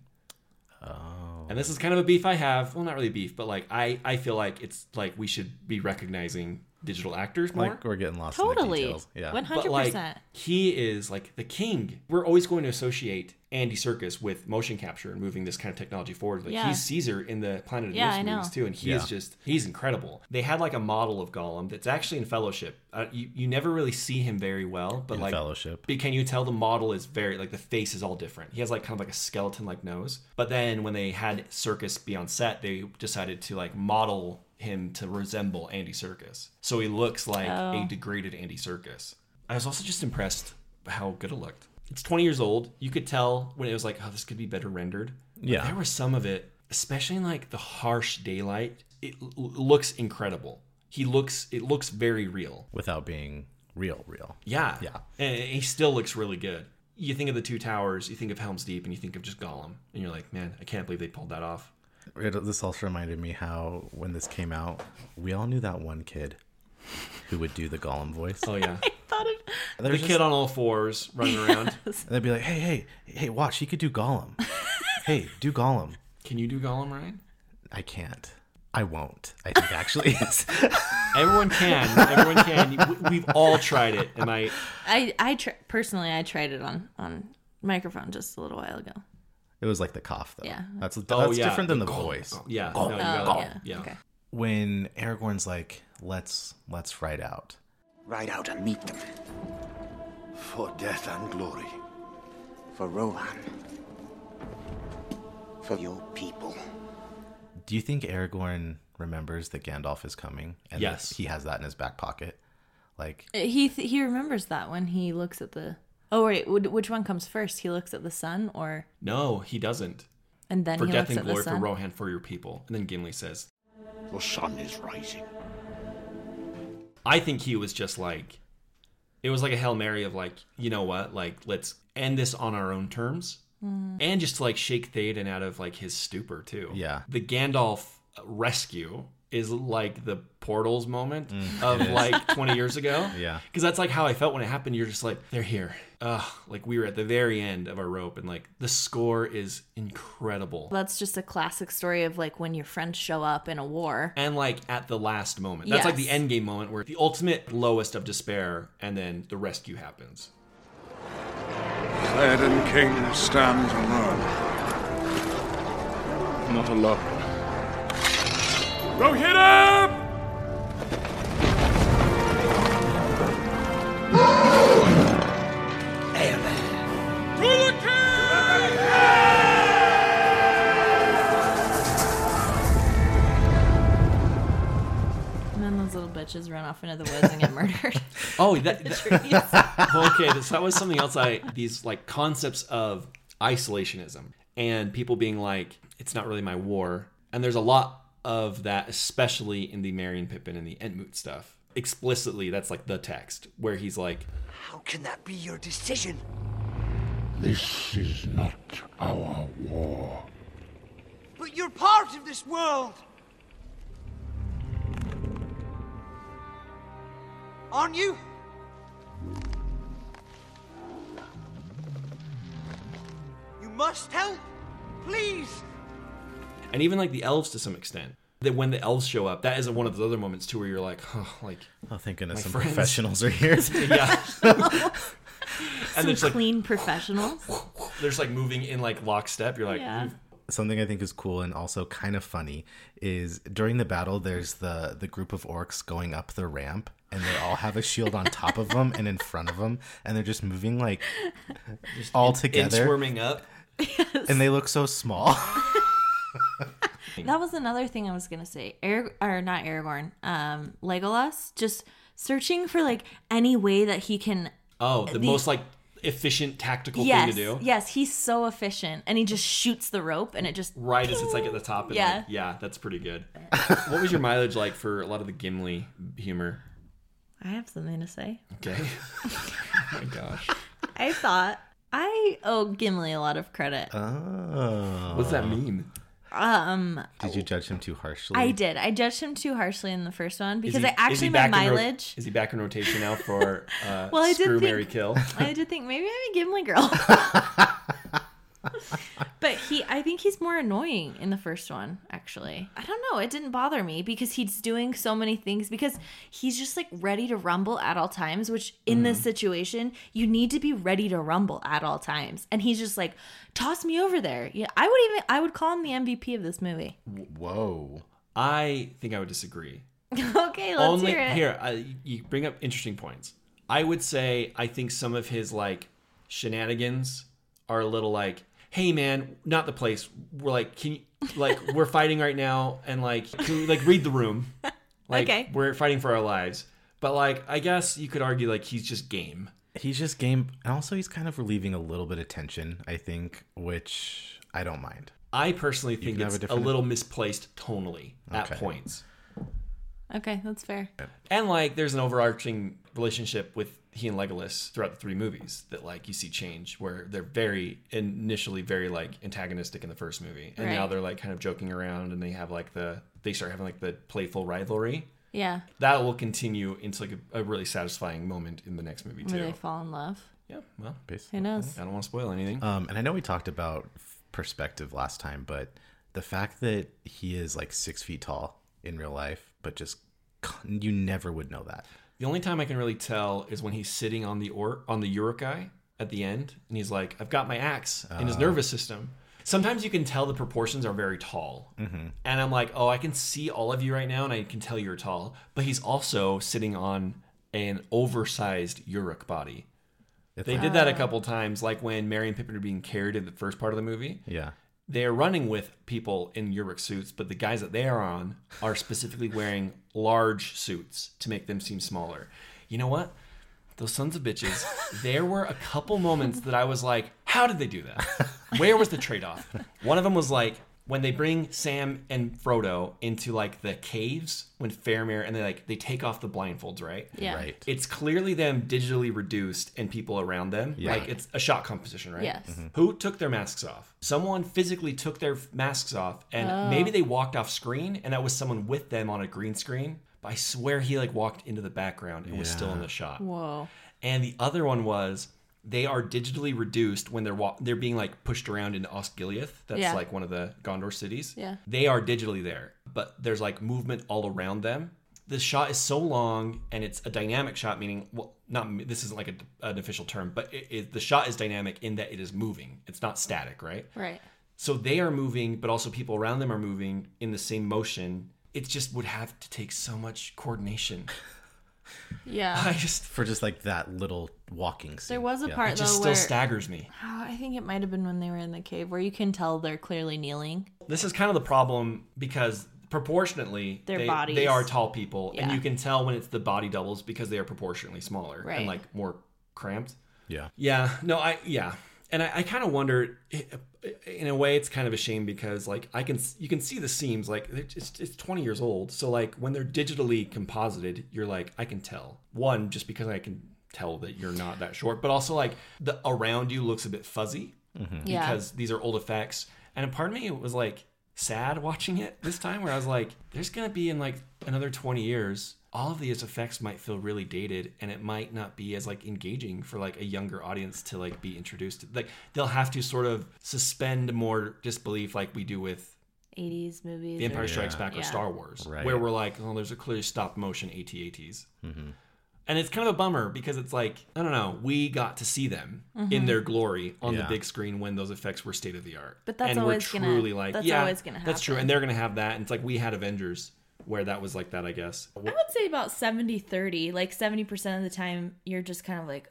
S4: Oh.
S3: And this is kind of a beef I have. Well, not really beef, but like I, I feel like it's like we should be recognizing digital actors more.
S4: Like, we're getting lost in the
S2: Totally.
S4: details. Yeah.
S3: But, like,
S2: 100%.
S3: he is like the king. We're always going to associate Andy Circus with motion capture and moving this kind of technology forward. Like
S2: Yeah.
S3: he's Caesar in the Planet of
S2: Yeah,
S3: the
S2: I
S3: Apes
S2: know.
S3: movies too, and he is
S4: Yeah.
S3: just he's incredible. They had like a model of Gollum that's actually in Fellowship. Uh, you you never really see him very well, but
S4: In
S3: like
S4: Fellowship.
S3: But can you tell the model is very like the face is all different. He has like kind of like a skeleton like nose. But then when they had Circus be on set, they decided to like model him to resemble Andy Circus. So he looks like
S2: Oh.
S3: a degraded Andy Circus. I was also just impressed by how good it looked. It's 20 years old. You could tell when it was like, oh, this could be better rendered. But
S4: Yeah.
S3: there were some of it, especially in like the harsh daylight. It l- looks incredible. He looks. It looks very real.
S4: without being real real
S3: Yeah.
S4: yeah
S3: And he still looks really good. You think of the two towers, you think of Helm's Deep, and you think of just Gollum, and you're like, man, I can't believe they pulled that off.
S4: It, this also reminded me how when this came out, we all knew that one kid who would do the Gollum voice.
S3: Oh yeah,
S4: There
S3: the
S4: was
S3: kid
S4: just-
S3: on all fours running around.
S4: and they'd be like, "Hey, hey, hey, watch! He could do Gollum. hey, do Gollum.
S3: Can you do Gollum, Ryan?
S4: I can't. I won't. I think actually is.
S3: Everyone can. Everyone can. We- We've all tried it. Am I?
S2: I, I tr- personally, I tried it on on microphone just a little while ago.
S4: It was like the cough though.
S2: Yeah.
S4: that's that's
S3: Oh, yeah.
S4: different than the
S3: Gollum.
S4: voice.
S3: Yeah. No,
S4: Gollum.
S3: you
S2: Oh,
S3: gotta-
S2: yeah.
S3: yeah.
S2: Okay.
S4: When Aragorn's like, "Let's let's ride out."
S19: Ride out and meet them.
S16: For death and glory.
S19: For Rohan. For your people.
S4: Do you think Aragorn remembers that Gandalf is coming? And that
S3: Yes.
S4: he has that in his back pocket. Like
S2: He th- he remembers that when he looks at the. Oh wait, wh- which one comes first? He looks at the sun, or
S3: No, he doesn't.
S2: and then
S3: for
S2: he
S3: death
S2: looks
S3: and
S2: at
S3: glory
S2: the
S3: for
S2: sun.
S3: Rohan for your people, and then Gimli says,
S16: The sun is rising.
S3: I think he was just like, it was like a Hail Mary of like, you know what? Like, let's end this on our own terms.
S4: Mhm.
S3: And just to like shake Théoden out of like his stupor too.
S4: Yeah.
S3: The Gandalf rescue is like the portals moment
S4: Mm,
S3: of
S4: it is.
S3: like 20 years ago.
S4: Yeah.
S3: Because that's like how I felt when it happened. You're just like, they're here. Ugh. Like we were at the very end of our rope and like the score is incredible.
S2: That's just a classic story of like when your friends show up in a war.
S3: and like at the last moment. That's like the
S2: Yes.
S3: end game moment where the ultimate lowest of despair and then the rescue happens.
S10: Theoden King stands alone. Not alone. Go hit him!
S2: And then those little bitches run off into the woods and get murdered.
S3: Oh, that,
S2: The
S3: that- Well, okay. So that was something else. I these like concepts of isolationism and people being like, "It's not really my war," and there's a lot of that, especially in the Merry and Pippin and the Entmoot stuff. explicitly that's like the text where he's like,
S7: How can that be your decision?
S10: This is not our war.
S7: But you're part of this world! Aren't you? You must help! Please!
S3: and even like the elves to some extent. That when the elves show up, that is one of the other moments too where you're like, oh, like
S4: Oh, thank goodness
S3: my
S4: some
S3: friends.
S4: professionals are here.
S3: yeah, and
S2: Some
S3: it's like
S2: clean professionals.
S3: there's like moving in like lockstep. You're like,
S2: Yeah.
S3: "Ooh."
S4: Something I think is cool and also kind of funny is during the battle, there's the the group of orcs going up the ramp, and they all have a shield on top of them and in front of them, and they're just moving like all together,
S3: swarming up.
S4: and they look so small.
S2: That was another thing I was gonna say. Arag- or not Aragorn, um, Legolas, just searching for like any way that he can.
S3: oh, the
S2: The-
S3: most like efficient tactical
S2: yes,
S3: thing to do.
S2: yes, he's so efficient, and he just shoots the rope, and it just
S3: Right as it's like at the top. And yeah,
S2: Yeah.
S3: like, yeah, that's pretty good. what was your mileage like for a lot of the Gimli humor?
S2: I have something to say.
S3: Okay. oh my gosh.
S2: I thought I owe Gimli a lot of credit.
S3: Uh,
S4: Oh.
S3: What's that mean?
S2: Um,
S4: Did you judge him too harshly?
S2: I did. I judged him too harshly in the first one
S3: Is
S2: because
S3: he-
S2: I
S3: is
S2: actually
S3: he
S2: my
S3: back in ro-
S2: mileage.
S3: is he back in rotation now for uh,
S2: Well, I did
S3: screw
S2: think-
S3: Mary kill?
S2: I did think maybe I'm a Gimli girl. but he, I think he's more annoying in the first one, actually. I don't know. It didn't bother me because he's doing so many things because he's just like ready to rumble at all times, which in this
S3: Mm-hmm.
S18: Mhm.
S2: situation, you need to be ready to rumble at all times. And he's just like, toss me over there. Yeah, I would even, I would call him the MVP of this movie.
S4: Whoa.
S3: I think I would disagree.
S2: okay, let's
S3: Only
S2: hear it.
S3: here, I, you bring up interesting points. I would say I think some of his like shenanigans are a little like, "Hey man, not the place. We're like, can you like we're fighting right now and like can we, like read the room? Like
S2: Okay.
S3: we're fighting for our lives." But like I guess you could argue like he's just game.
S4: He's just game, and also he's kind of relieving a little bit of tension, I think, which I don't mind.
S3: I personally think
S4: can have
S3: it's
S4: a
S3: a,
S4: different-
S3: little misplaced tonally
S4: Okay.
S3: at points.
S2: Okay, that's fair.
S3: And like, there's an overarching relationship with he and Legolas throughout the three movies that like you see change, where they're very initially very like antagonistic in the first movie, and now
S2: Right.
S3: they're like kind of joking around, and they have like the they start having like the playful rivalry.
S2: Yeah.
S3: That will continue into like a, a really satisfying moment in the next movie
S2: Where
S3: too.
S2: they fall in love.
S3: Yeah, well,
S2: Who knows?
S3: I don't want to spoil anything.
S4: Um, and I know we talked about f- perspective last time, but the fact that he is like six feet tall in real life, but just con- you never would know that.
S3: The only time I can really tell is when he's sitting on the or on the Urukai at the end, and he's like, "I've got my axe in his
S4: Ah.
S3: nervous system." Sometimes you can tell the proportions are very tall,
S4: Mhm.
S3: and I'm like, "Oh, I can see all of you right now, and I can tell you're tall." But he's also sitting on an oversized Uruk body.
S4: It's
S3: they
S4: like-
S3: did that a couple times, like when Mary and Pippin are being carried in the first part of the movie.
S4: Yeah.
S3: They are running with people in Uruk suits, but the guys that they are on are specifically wearing large suits to make them seem smaller. You know what? Those sons of bitches, there were a couple moments that I was like, how did they do that? Where was the trade off? One of them was like, when they bring Sam and Frodo into like the caves when Faramir and they like they take off the blindfolds, right?
S2: Yeah. Right.
S3: It's clearly them digitally reduced and people around them.
S4: Yeah. Mm-hmm.
S3: Like it's a shot composition, right?
S2: Yes. Mhm.
S3: Who took their masks off? Someone physically took their f- masks off, and
S2: Oh.
S3: maybe they walked off screen, and that was someone with them on a green screen. But I swear he like walked into the background and was still in
S4: Yeah.
S3: the shot.
S2: Whoa.
S3: And the other one was they are digitally reduced when they're wa- they're being like pushed around into Osgiliath. That's
S2: Yeah.
S3: like one of the Gondor cities.
S2: Yeah.
S3: They are digitally there, but there's like movement all around them. The shot is so long and it's a dynamic shot, meaning, well, not this isn't like a, an official term, but it, it, the shot is dynamic in that it is moving. It's not static, right?
S2: Right.
S3: So they are moving, but also people around them are moving in the same motion. It just would have to take so much coordination.
S2: Yeah.
S3: I just
S4: for just like that little walking scene.
S2: There was a
S4: Yeah.
S2: part
S3: It
S2: though
S3: just still
S2: where
S3: staggers me.
S2: Oh, I think it might have been when they were in the cave where you can tell they're clearly kneeling.
S3: This is kind of the problem because proportionately
S2: Their
S3: they,
S2: bodies.
S3: they are tall people and
S2: Yeah.
S3: you can tell when it's the body doubles because they are proportionately smaller
S2: Right.
S3: and like more cramped
S4: Yeah.
S3: yeah no i yeah and i, I kind of wonder eh, in a way it's kind of a shame because like i can you can see the seams like it's, it's 20 years old so like when they're digitally composited you're like i can tell one just because i can tell that you're not that short but also like the around you looks a bit fuzzy
S2: Mhm. Yeah.
S3: Hmm. because these are old effects and a part of me was like sad watching it this time where i was like there's gonna be in like another 20 years all of these effects might feel really dated and it might not be as like engaging for like a younger audience to like be introduced like they'll have to sort of suspend more disbelief like we do with
S2: 80s movies.
S3: the empire
S2: or-
S3: strikes back
S2: Yeah.
S3: or star wars
S4: Right.
S3: where we're like oh there's a clear stop motion atats
S4: Mm-hmm.
S3: and it's kind of a bummer because it's like i don't know we got to see them in
S2: Mhm.
S3: their glory on
S4: Yeah.
S3: the big screen when those effects were state of the art
S2: But that's
S3: and
S2: always
S3: we're
S2: gonna-
S3: truly like
S2: that's
S3: yeah
S2: always gonna
S3: that's true
S2: happen.
S3: and they're gonna have that and it's like we had avengers where that was like that i guess
S2: I would say about 70 30. Like 70% of the time, you're just kind of like,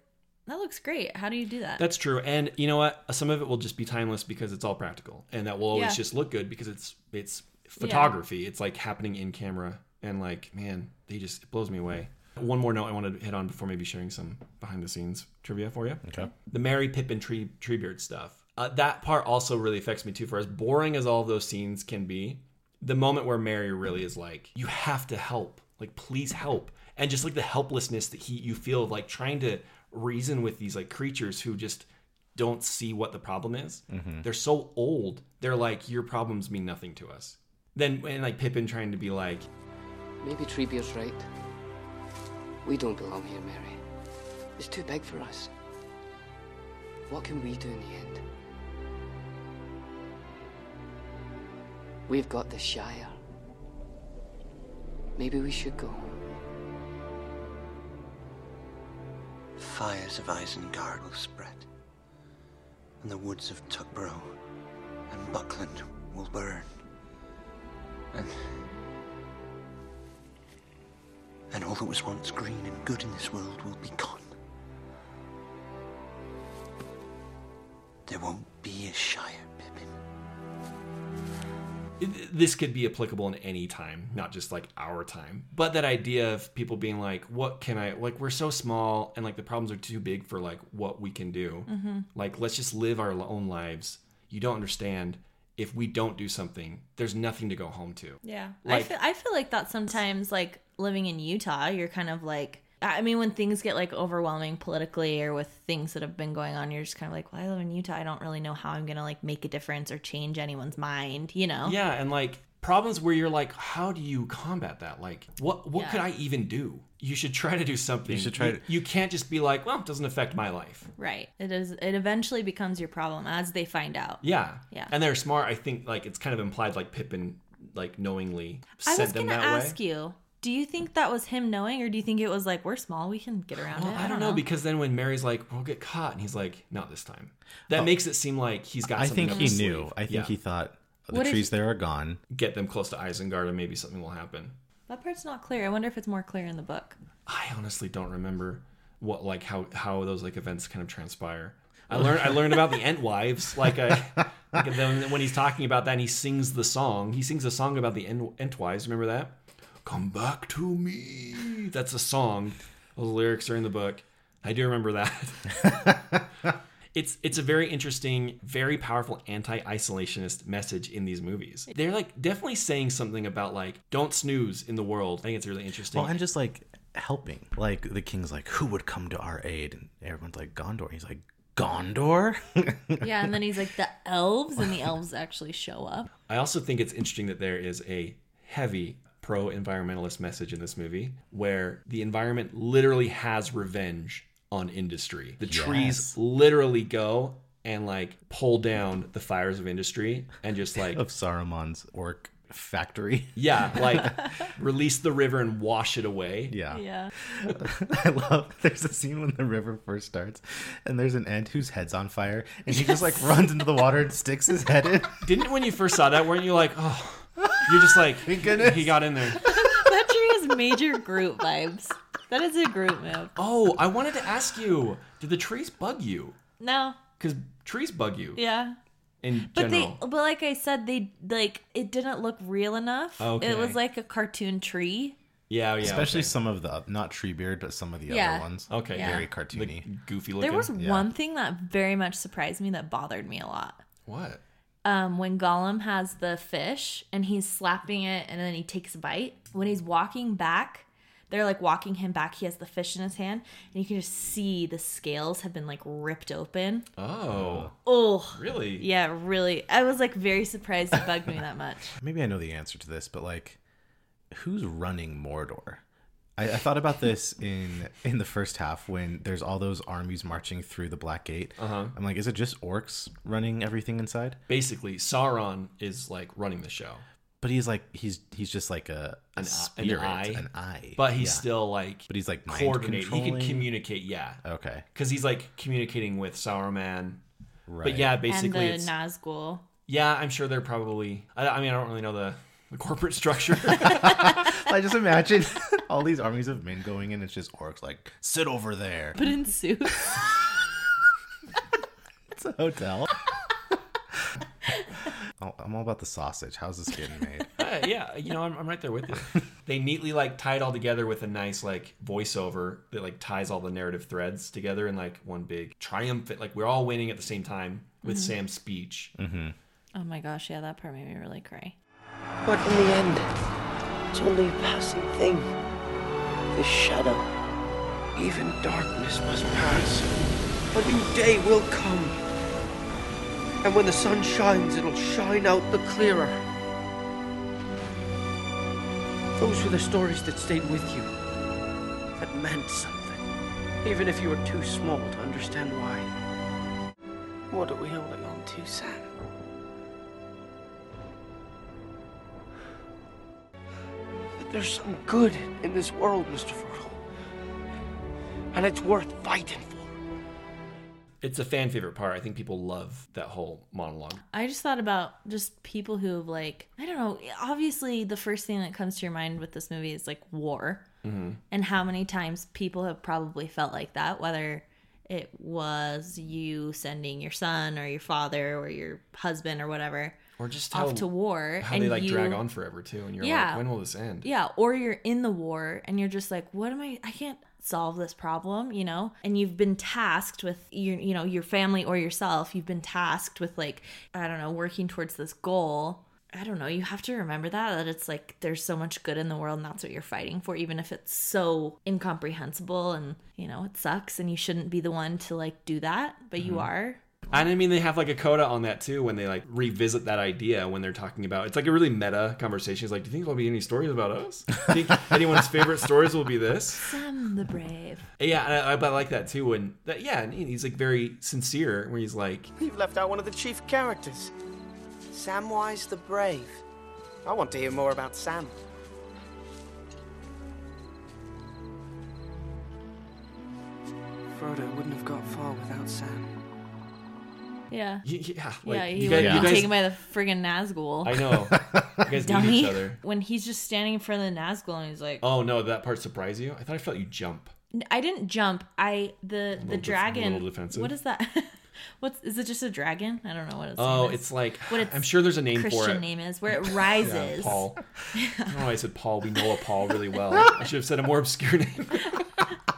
S2: that looks great. How do you do that?
S3: That's true, and you know what? Some of it will just be timeless because it's all practical, and that will always
S2: Yeah.
S3: just look good because it's it's
S2: Yeah.
S3: photography. It's like happening in camera, and like man, they just it blows me away. One more note I wanted to hit on before maybe sharing some behind the scenes trivia for you.
S4: Okay.
S3: The Mary Pippin tree Treebeard stuff. Uh, that part also really affects me too. For as boring as all of those scenes can be, the moment where Mary really is like, "You have to help, like please help," and just like the helplessness that he you feel of like trying to reason with these like creatures who just don't see what the problem is.
S4: Mhm.
S3: They're so old. They're like, "Your problems mean nothing to us." Then and like Pippin trying to be like,
S20: Maybe Treebeard's right. We don't belong here, Mary. It's too big for us. What can we do in the end? We've got the Shire. Maybe we should go.
S19: Fires of Isengard will spread, and the woods of Tuckborough and Buckland will burn. And. And all that was once green and good in this world will be gone. There won't be a Shire, Pippin.
S3: this could be applicable in any time, not just like our time. But that idea of people being like, what can I like we're so small and like the problems are too big for like what we can do.
S2: Mm-hmm.
S4: Mhm.
S3: Like let's just live our own lives. You don't understand if we don't do something, there's nothing to go home to.
S2: Yeah. I
S3: Like-
S2: feel I feel like that sometimes like living in Utah, you're kind of like I mean when things get like overwhelming politically or with things that have been going on, you're just kind of like, well, I live in Utah. I don't really know how I'm going to like make a difference or change anyone's mind, you know.
S3: Yeah, and like problems where you're like, how do you combat that? Like, what what
S2: Yeah.
S3: could I even do? You should try to do something.
S4: You should try
S3: You, you can't just be like, well, it doesn't affect my life.
S2: Right. It is it eventually becomes your problem as they find out.
S3: Yeah.
S2: Yeah.
S3: And they're smart. I think like it's kind of implied like Pippin like knowingly sent
S2: I was
S3: them
S2: going to
S3: that
S2: ask
S3: way.
S2: you, do you think that was him knowing or do you think it was like we're small, we can get around
S3: Well,
S2: it?
S3: I don't know because then when Mary's like, "We'll get caught," and he's like, "Not this time," that makes it seem like he's got.
S4: Oh. I
S3: something
S4: think
S3: up
S4: he
S3: his
S4: knew.
S3: sleeve.
S4: I think
S3: Yeah.
S4: he thought the
S2: What if-
S4: trees there are gone.
S3: Get them close to Isengard, and maybe something will happen.
S2: That part's not clear. I wonder if it's more clear in the book.
S3: I honestly don't remember what like how how those like events kind of transpire. I learned I learned about the Entwives like I like then when he's talking about that and he sings the song. He sings a song about the Ent- Entwives. Remember that? Come back to me. That's a song. Those lyrics are in the book. I do remember that. it's it's a very interesting, very powerful anti-isolationist message in these movies. They're like definitely saying something about like don't snooze in the world. I think it's really interesting.
S4: Well, and just like helping. Like the king's like, who would come to our aid? And everyone's like, Gondor. He's like, Gondor?
S2: yeah, and then he's like the elves, and the elves actually show up.
S3: I also think it's interesting that there is a heavy pro environmentalist message in this movie where the environment literally has revenge on industry. The trees
S4: Yes.
S3: literally go and like pull down the fires of industry and just like
S4: of Saruman's orc factory.
S3: yeah, like release the river and wash it away.
S4: Yeah.
S2: Yeah.
S4: I love there's a scene when the river first starts and there's an ant whose head's on fire and he just like runs into the water and sticks his head in.
S3: Didn't when you first saw that weren't you like, "Oh, you're just like he got in there."
S2: that tree has major group vibes. That is a group move.
S3: Oh, I wanted to ask you, did the trees bug you?
S2: No.
S3: Cuz trees bug you
S2: Yeah.
S3: in
S2: But
S3: general.
S2: they, but like I said, they like it didn't look real enough.
S4: Okay.
S2: It was like a cartoon tree.
S3: Yeah,
S2: yeah,
S4: Especially
S3: okay.
S4: some of the not Treebeard, but some of the
S2: Yeah.
S4: other ones.
S3: Okay,
S2: Yeah.
S4: very cartoony,
S3: goofy
S2: There was
S4: Yeah.
S2: one thing that very much surprised me that bothered me a lot.
S4: What?
S2: um, when Gollum has the fish and he's slapping it and then he takes a bite. When he's walking back, they're like walking him back. He has the fish in his hand and you can just see the scales have been like ripped open.
S3: Oh.
S2: Oh.
S3: Really?
S2: Yeah, really. I was like very surprised it bugged me that much.
S4: Maybe I know the answer to this, but like, who's running Mordor? I, I thought about this in in the first half when there's all those armies marching through the Black Gate.
S3: Uh-huh.
S4: I'm like, is it just orcs running everything inside?
S3: Basically, Sauron is like running the show.
S4: But he's like he's he's just like a, a
S3: An, eye- an
S4: spirit,
S3: eye.
S4: an eye.
S3: But he's
S4: Yeah.
S3: still like
S4: But he's like mind
S3: coordinating. He can
S4: controlling?
S3: communicate, yeah.
S4: Okay.
S3: Because he's like communicating with Sauron.
S4: Right.
S3: But yeah, basically
S2: and
S3: it's
S2: the Nazgul.
S3: Yeah, I'm sure they're probably. I, I mean, I don't really know the, the corporate structure.
S4: I just imagine all these armies of men going in. It's just orcs like sit over there.
S2: Put in suits.
S4: It's a hotel. Oh, I'm all about the sausage. How's this getting made?
S3: Uh, yeah, you know, I'm, I'm right there with you. They neatly like tie it all together with a nice like voiceover that like ties all the narrative threads together in like one big triumphant. Like we're all winning at the same time with
S2: Mhm.
S3: Sam's speech.
S4: Mm-hmm.
S2: Oh my gosh, yeah, that part made me really cry.
S19: But in the end, it's only a passing thing. This shadow. Even darkness must pass.
S8: A new day will come. And when the sun shines, it'll shine out the clearer. Those were the stories that stayed with you, that meant something, even if you were too small to understand why.
S9: What are we holding on to, Sam?
S19: But there's some good in this world, Mr. Frodo.
S9: And it's worth fighting for.
S3: It's a fan favorite part. I think people love that whole monologue.
S2: I just thought about just people who have like I don't know. Obviously, the first thing that comes to your mind with this movie is like war,
S3: Mhm.
S2: and how many times people have probably felt like that, whether it was you sending your son or your father or your husband or whatever
S3: Or just
S2: off
S3: how-
S2: to war,
S3: How they like
S2: you-
S3: drag on forever too, and you're like, when will this end?
S2: yeah, or you're in the war and you're just like, what am I? I can't solve this problem, you know? And you've been tasked with your, you know, your family or yourself. You've been tasked with like, I don't know, working towards this goal. I don't know. You have to remember that that it's like there's so much good in the world, and that's what you're fighting for, even if it's so incomprehensible and you know it sucks, and you shouldn't be the one to like do that, but you
S3: Mhm.
S2: are.
S3: And I mean, they have like a coda on that too when they like revisit that idea when they're talking about it's like a really meta conversation. It's like, do you think there'll be any stories about us? think anyone's favorite stories will be this?
S2: Sam the brave.
S3: Yeah, and I, I, but I like that too. When that, yeah, and he's like very sincere when he's like,
S9: You've left out one of the chief characters Samwise the Brave. I want to hear more about Sam. Frodo wouldn't have got far without Sam.
S2: Yeah.
S3: Y- yeah, like,
S2: yeah, he
S3: you
S2: you
S3: guys-
S2: guys,
S3: you guys-
S2: taken by the friggin' Nazgul.
S3: I know. You guys need
S2: Dummy.
S3: each other.
S2: When he's just standing in front of the Nazgul and he's like,
S3: "Oh no, did that part surprise you? I thought I felt you jump."
S2: N- I didn't jump. I the
S3: little
S2: the
S3: def-
S2: dragon.
S3: little defensive.
S2: What is that? What's is it? Just a dragon? I don't know what it's.
S3: oh, it's like I'm sure there's a name
S2: Christian
S3: for it.
S2: name is where it
S3: Yeah,
S2: rises.
S3: Paul. I don't know why I said Paul. We know a Paul really well. I should have said a more obscure name.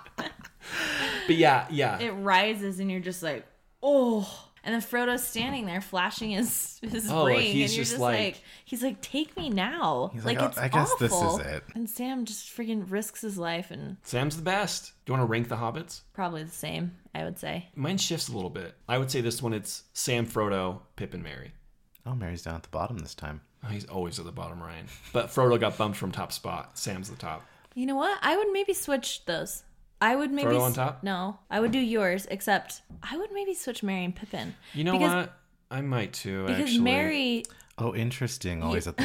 S3: but yeah, yeah.
S2: It rises and you're just like, oh. And then Frodo's standing there, flashing his his
S3: Oh,
S2: ring,
S3: he's
S2: and you're
S3: just
S2: just,
S3: like-
S2: like, he's like, take me now.
S3: He's
S2: like,
S3: like, "Oh,
S2: it's
S3: I guess this is
S2: awful.
S3: it.
S2: And Sam just freaking risks his life, and
S3: Sam's the best. Do you want to rank the hobbits?
S2: probably the same. I would say.
S3: Mine shifts a little bit. I would say this one it's Sam, Frodo, Pip, and Mary.
S4: Oh, Mary's down at the bottom this time.
S3: Oh, he's always at the bottom, Ryan. But Frodo got bumped from top spot. Sam's the top.
S2: You know what? I would maybe switch those. I would maybe
S3: Frodo on
S2: s-
S3: top?
S2: No, I would do yours. Except I would maybe switch Mary and Pippin.
S3: You know
S2: because,
S3: what? I might too.
S2: Because
S3: actually.
S2: Mary,
S4: Oh, interesting. Always at the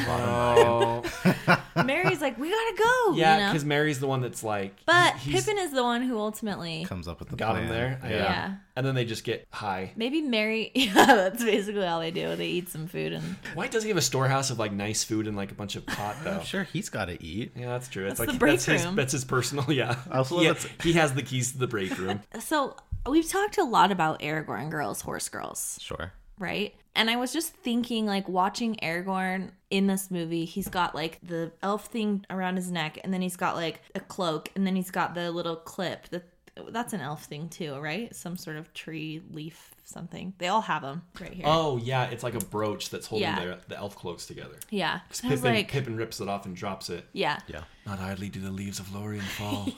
S3: bottom.
S2: Mary's like, we gotta go.
S3: Oh. yeah,
S2: you know?
S3: because Mary's the one that's like
S2: but
S3: he- he's
S2: Pippin is the one who ultimately
S4: comes up with the
S3: got him
S4: plan.
S3: there. Yeah.
S2: Yeah.
S3: and then they just get high.
S2: Maybe Mary. Yeah, that's basically all they do. They eat some food and
S3: Why does he have a storehouse of like nice food and like a bunch of pot though?
S4: I'm sure he's got to eat.
S3: Yeah, that's true. It's
S2: That's
S3: like
S2: the break
S3: that's his
S2: room.
S3: that's his personal. Yeah,
S4: I also
S3: he,
S4: love that's-
S3: he has the keys to the break room.
S2: so we've talked a lot about Aragorn girls, horse girls.
S4: Sure.
S2: right? And I was just thinking, like, watching Aragorn in this movie, he's got like the elf thing around his neck, and then he's got like a cloak, and then he's got the little clip that That's an elf thing too, right? Some sort of tree leaf something. They all have them right here.
S3: Oh yeah, it's like a brooch that's holding
S2: Yeah.
S3: their, the elf cloaks together.
S2: Yeah.
S3: 'Cause
S2: I was
S3: Pippin,
S2: like-
S3: Pippin rips it off and drops it.
S2: Yeah.
S4: Yeah.
S3: Not idly do the leaves of Lorien fall.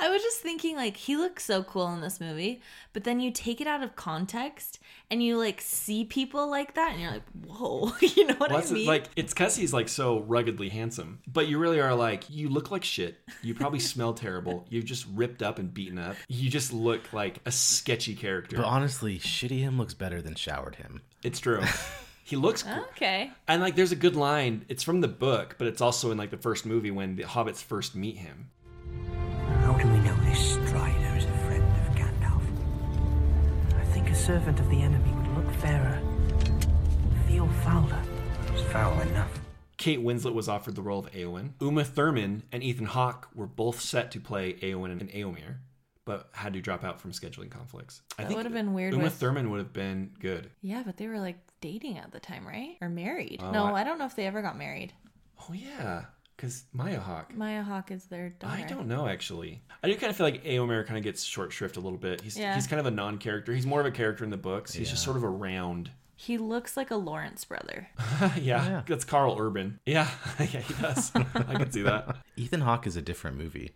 S2: I was just thinking, like, he looks so cool in this movie, but then you take it out of context and you, like, see people like that and you're like, whoa, you know what
S3: Well,
S2: I
S3: that's it,
S2: mean?
S3: like it's because he's like so ruggedly handsome, but you really are like you look like shit. You probably smell terrible. You've just ripped up and beaten up. You just look like a sketchy character.
S4: But honestly, shitty him looks better than showered him.
S3: It's true. he looks
S2: Ah.
S3: cool.
S2: okay.
S3: And like there's a good line. It's from the book, but it's also in like the first movie when the hobbits first meet him.
S21: How do we know this Strider is a friend of Gandalf?
S22: I think a servant of the enemy would look fairer. Feel fouler.
S19: It's foul enough.
S3: Kate Winslet was offered the role of Eowyn. Uma Thurman and Ethan Hawke were both set to play Eowyn and Eomir, but had to drop out from scheduling conflicts. I
S2: That
S3: think
S2: would've been weird
S3: Uma
S2: with-
S3: Thurman would have been good.
S2: yeah, but they were, like, dating at the time, right? Or married.
S3: Oh,
S2: no,
S3: I-
S2: I... don't know if they ever got married.
S3: Oh, yeah, because Maya Hawke.
S2: Maya Hawk is their daughter.
S3: I don't know actually. I do kind of feel like Aomer kind of gets short shrift a little bit. He's
S2: Yeah.
S3: he's kind of a non-character. He's more of a character in the books. He's just sort of around.
S2: He looks like a Lawrence brother.
S3: yeah, that's Carl Urban. Yeah, yeah, he does. I can see that.
S4: Ethan Hawke is a different movie.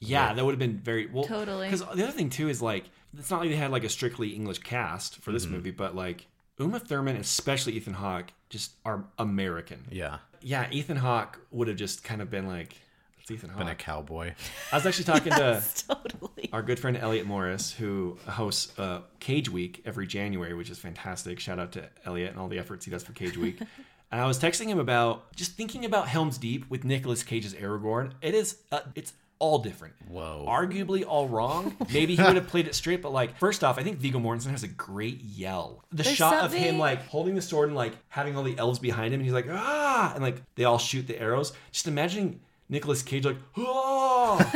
S3: Yeah, that would have been very well.
S2: Totally.
S3: Because the other thing too is like it's not like they had like a strictly English cast for this
S4: Mhm.
S3: movie, but like Uma Thurman, especially Ethan Hawke, just are American.
S4: Yeah.
S3: Yeah, Ethan Hawke would have just kind of been like, it's Ethan Hawke.
S4: Been a cowboy.
S3: I was actually talking to
S4: Yes,
S3: our good friend Elliot Morris, who hosts uh, Cage Week every January, which is fantastic. Shout out to Elliot and all the efforts he does for Cage Week. and I was texting him about just thinking about Helm's Deep with Nicolas Cage's Aragorn. It is, uh, it's all different. Whoa. Arguably all wrong. Maybe he would have played it straight, but like, first off, I think Viggo Mortensen has a great yell. The
S1: There's
S3: shot of him
S1: something-
S3: like holding the sword and like having all the elves behind him, and he's like, ah, and like they all shoot the arrows. Just imagining Nicolas Cage like, oh,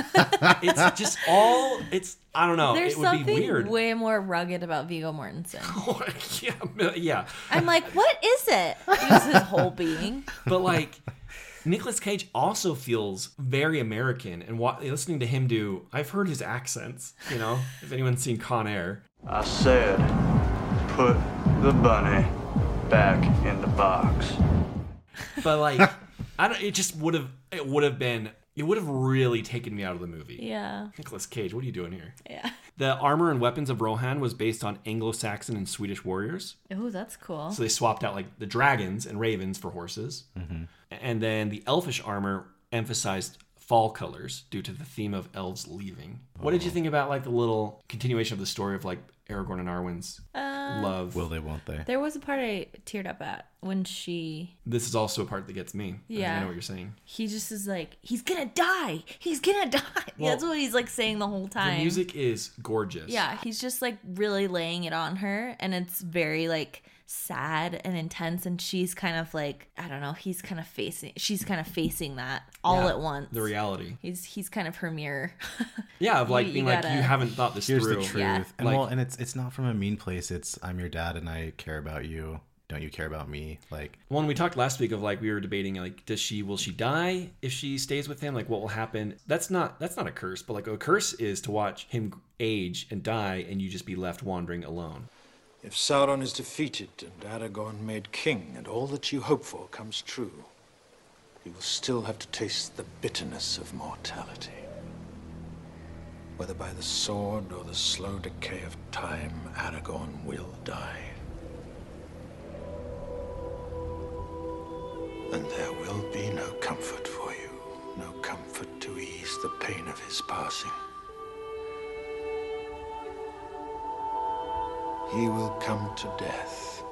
S3: it's just all it's I don't know.
S2: There's
S3: oh, it would be
S2: something
S3: weird.
S2: way more rugged about Vigo Mortensen.
S3: yeah,
S2: I'm like, what is it? It was his whole being.
S3: but like Nicolas Cage also feels very American, and wa- listening to him do, I've heard his accents. You know, if anyone's seen Con Air,
S23: I said, put the bunny back in the box.
S3: but like I don't. It just would have. It would have been. It would have really taken me out of the movie.
S2: Yeah.
S3: Nicolas Cage, what are you doing here?
S2: Yeah.
S3: The armor and weapons of Rohan was based on Anglo-Saxon and Swedish warriors.
S2: Oh, that's cool.
S3: So they swapped out like the dragons and ravens for horses.
S4: Mm-hmm.
S3: And then the elfish armor emphasized fall colors due to the theme of elves leaving. What did you
S4: Oh.
S3: think about like the little continuation of the story of like Aragorn and Arwen's
S2: Um,
S3: love?
S4: Will they, won't they?
S2: There was a part I teared up at when she.
S3: This is also a part that gets me. I think I
S2: Yeah.
S3: know what you're saying.
S2: He just is like, he's gonna die. He's gonna die.
S3: Well,
S2: That's what he's like saying the whole time.
S3: The music is gorgeous.
S2: Yeah, he's just like really laying it on her, and it's very like sad and intense. And she's kind of like, I don't know. He's kind of facing. She's kind of facing that all
S3: Yeah,
S2: at once.
S3: The reality.
S2: He's he's kind of her mirror.
S3: Yeah, of like
S2: You- you
S3: being like
S2: gotta-
S3: you haven't thought this
S4: Here's
S3: through.
S4: the truth. And
S3: Like,
S4: well, and it's it's not from a mean place. It's I'm your dad and I care about you. Don't you care about me? Like
S3: Well, and we talked last week of like we were debating like does she will she die if she stays with him like what will happen that's not that's not a curse but like a curse is to watch him age and die and you just be left wandering alone
S24: If Sauron is defeated and Aragorn made king, and all that you hope for comes true, you will still have to taste the bitterness of mortality. Whether by the sword or the slow decay of time, Aragorn will die. And there will be no comfort for you, no comfort to ease the pain of his passing. He will come to death,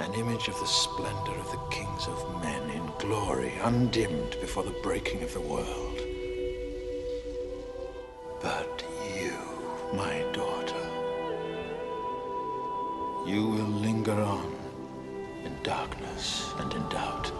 S24: an image of the splendor of the kings of men in glory, undimmed before the breaking of the world. But you, my daughter, you will linger on in darkness and in doubt.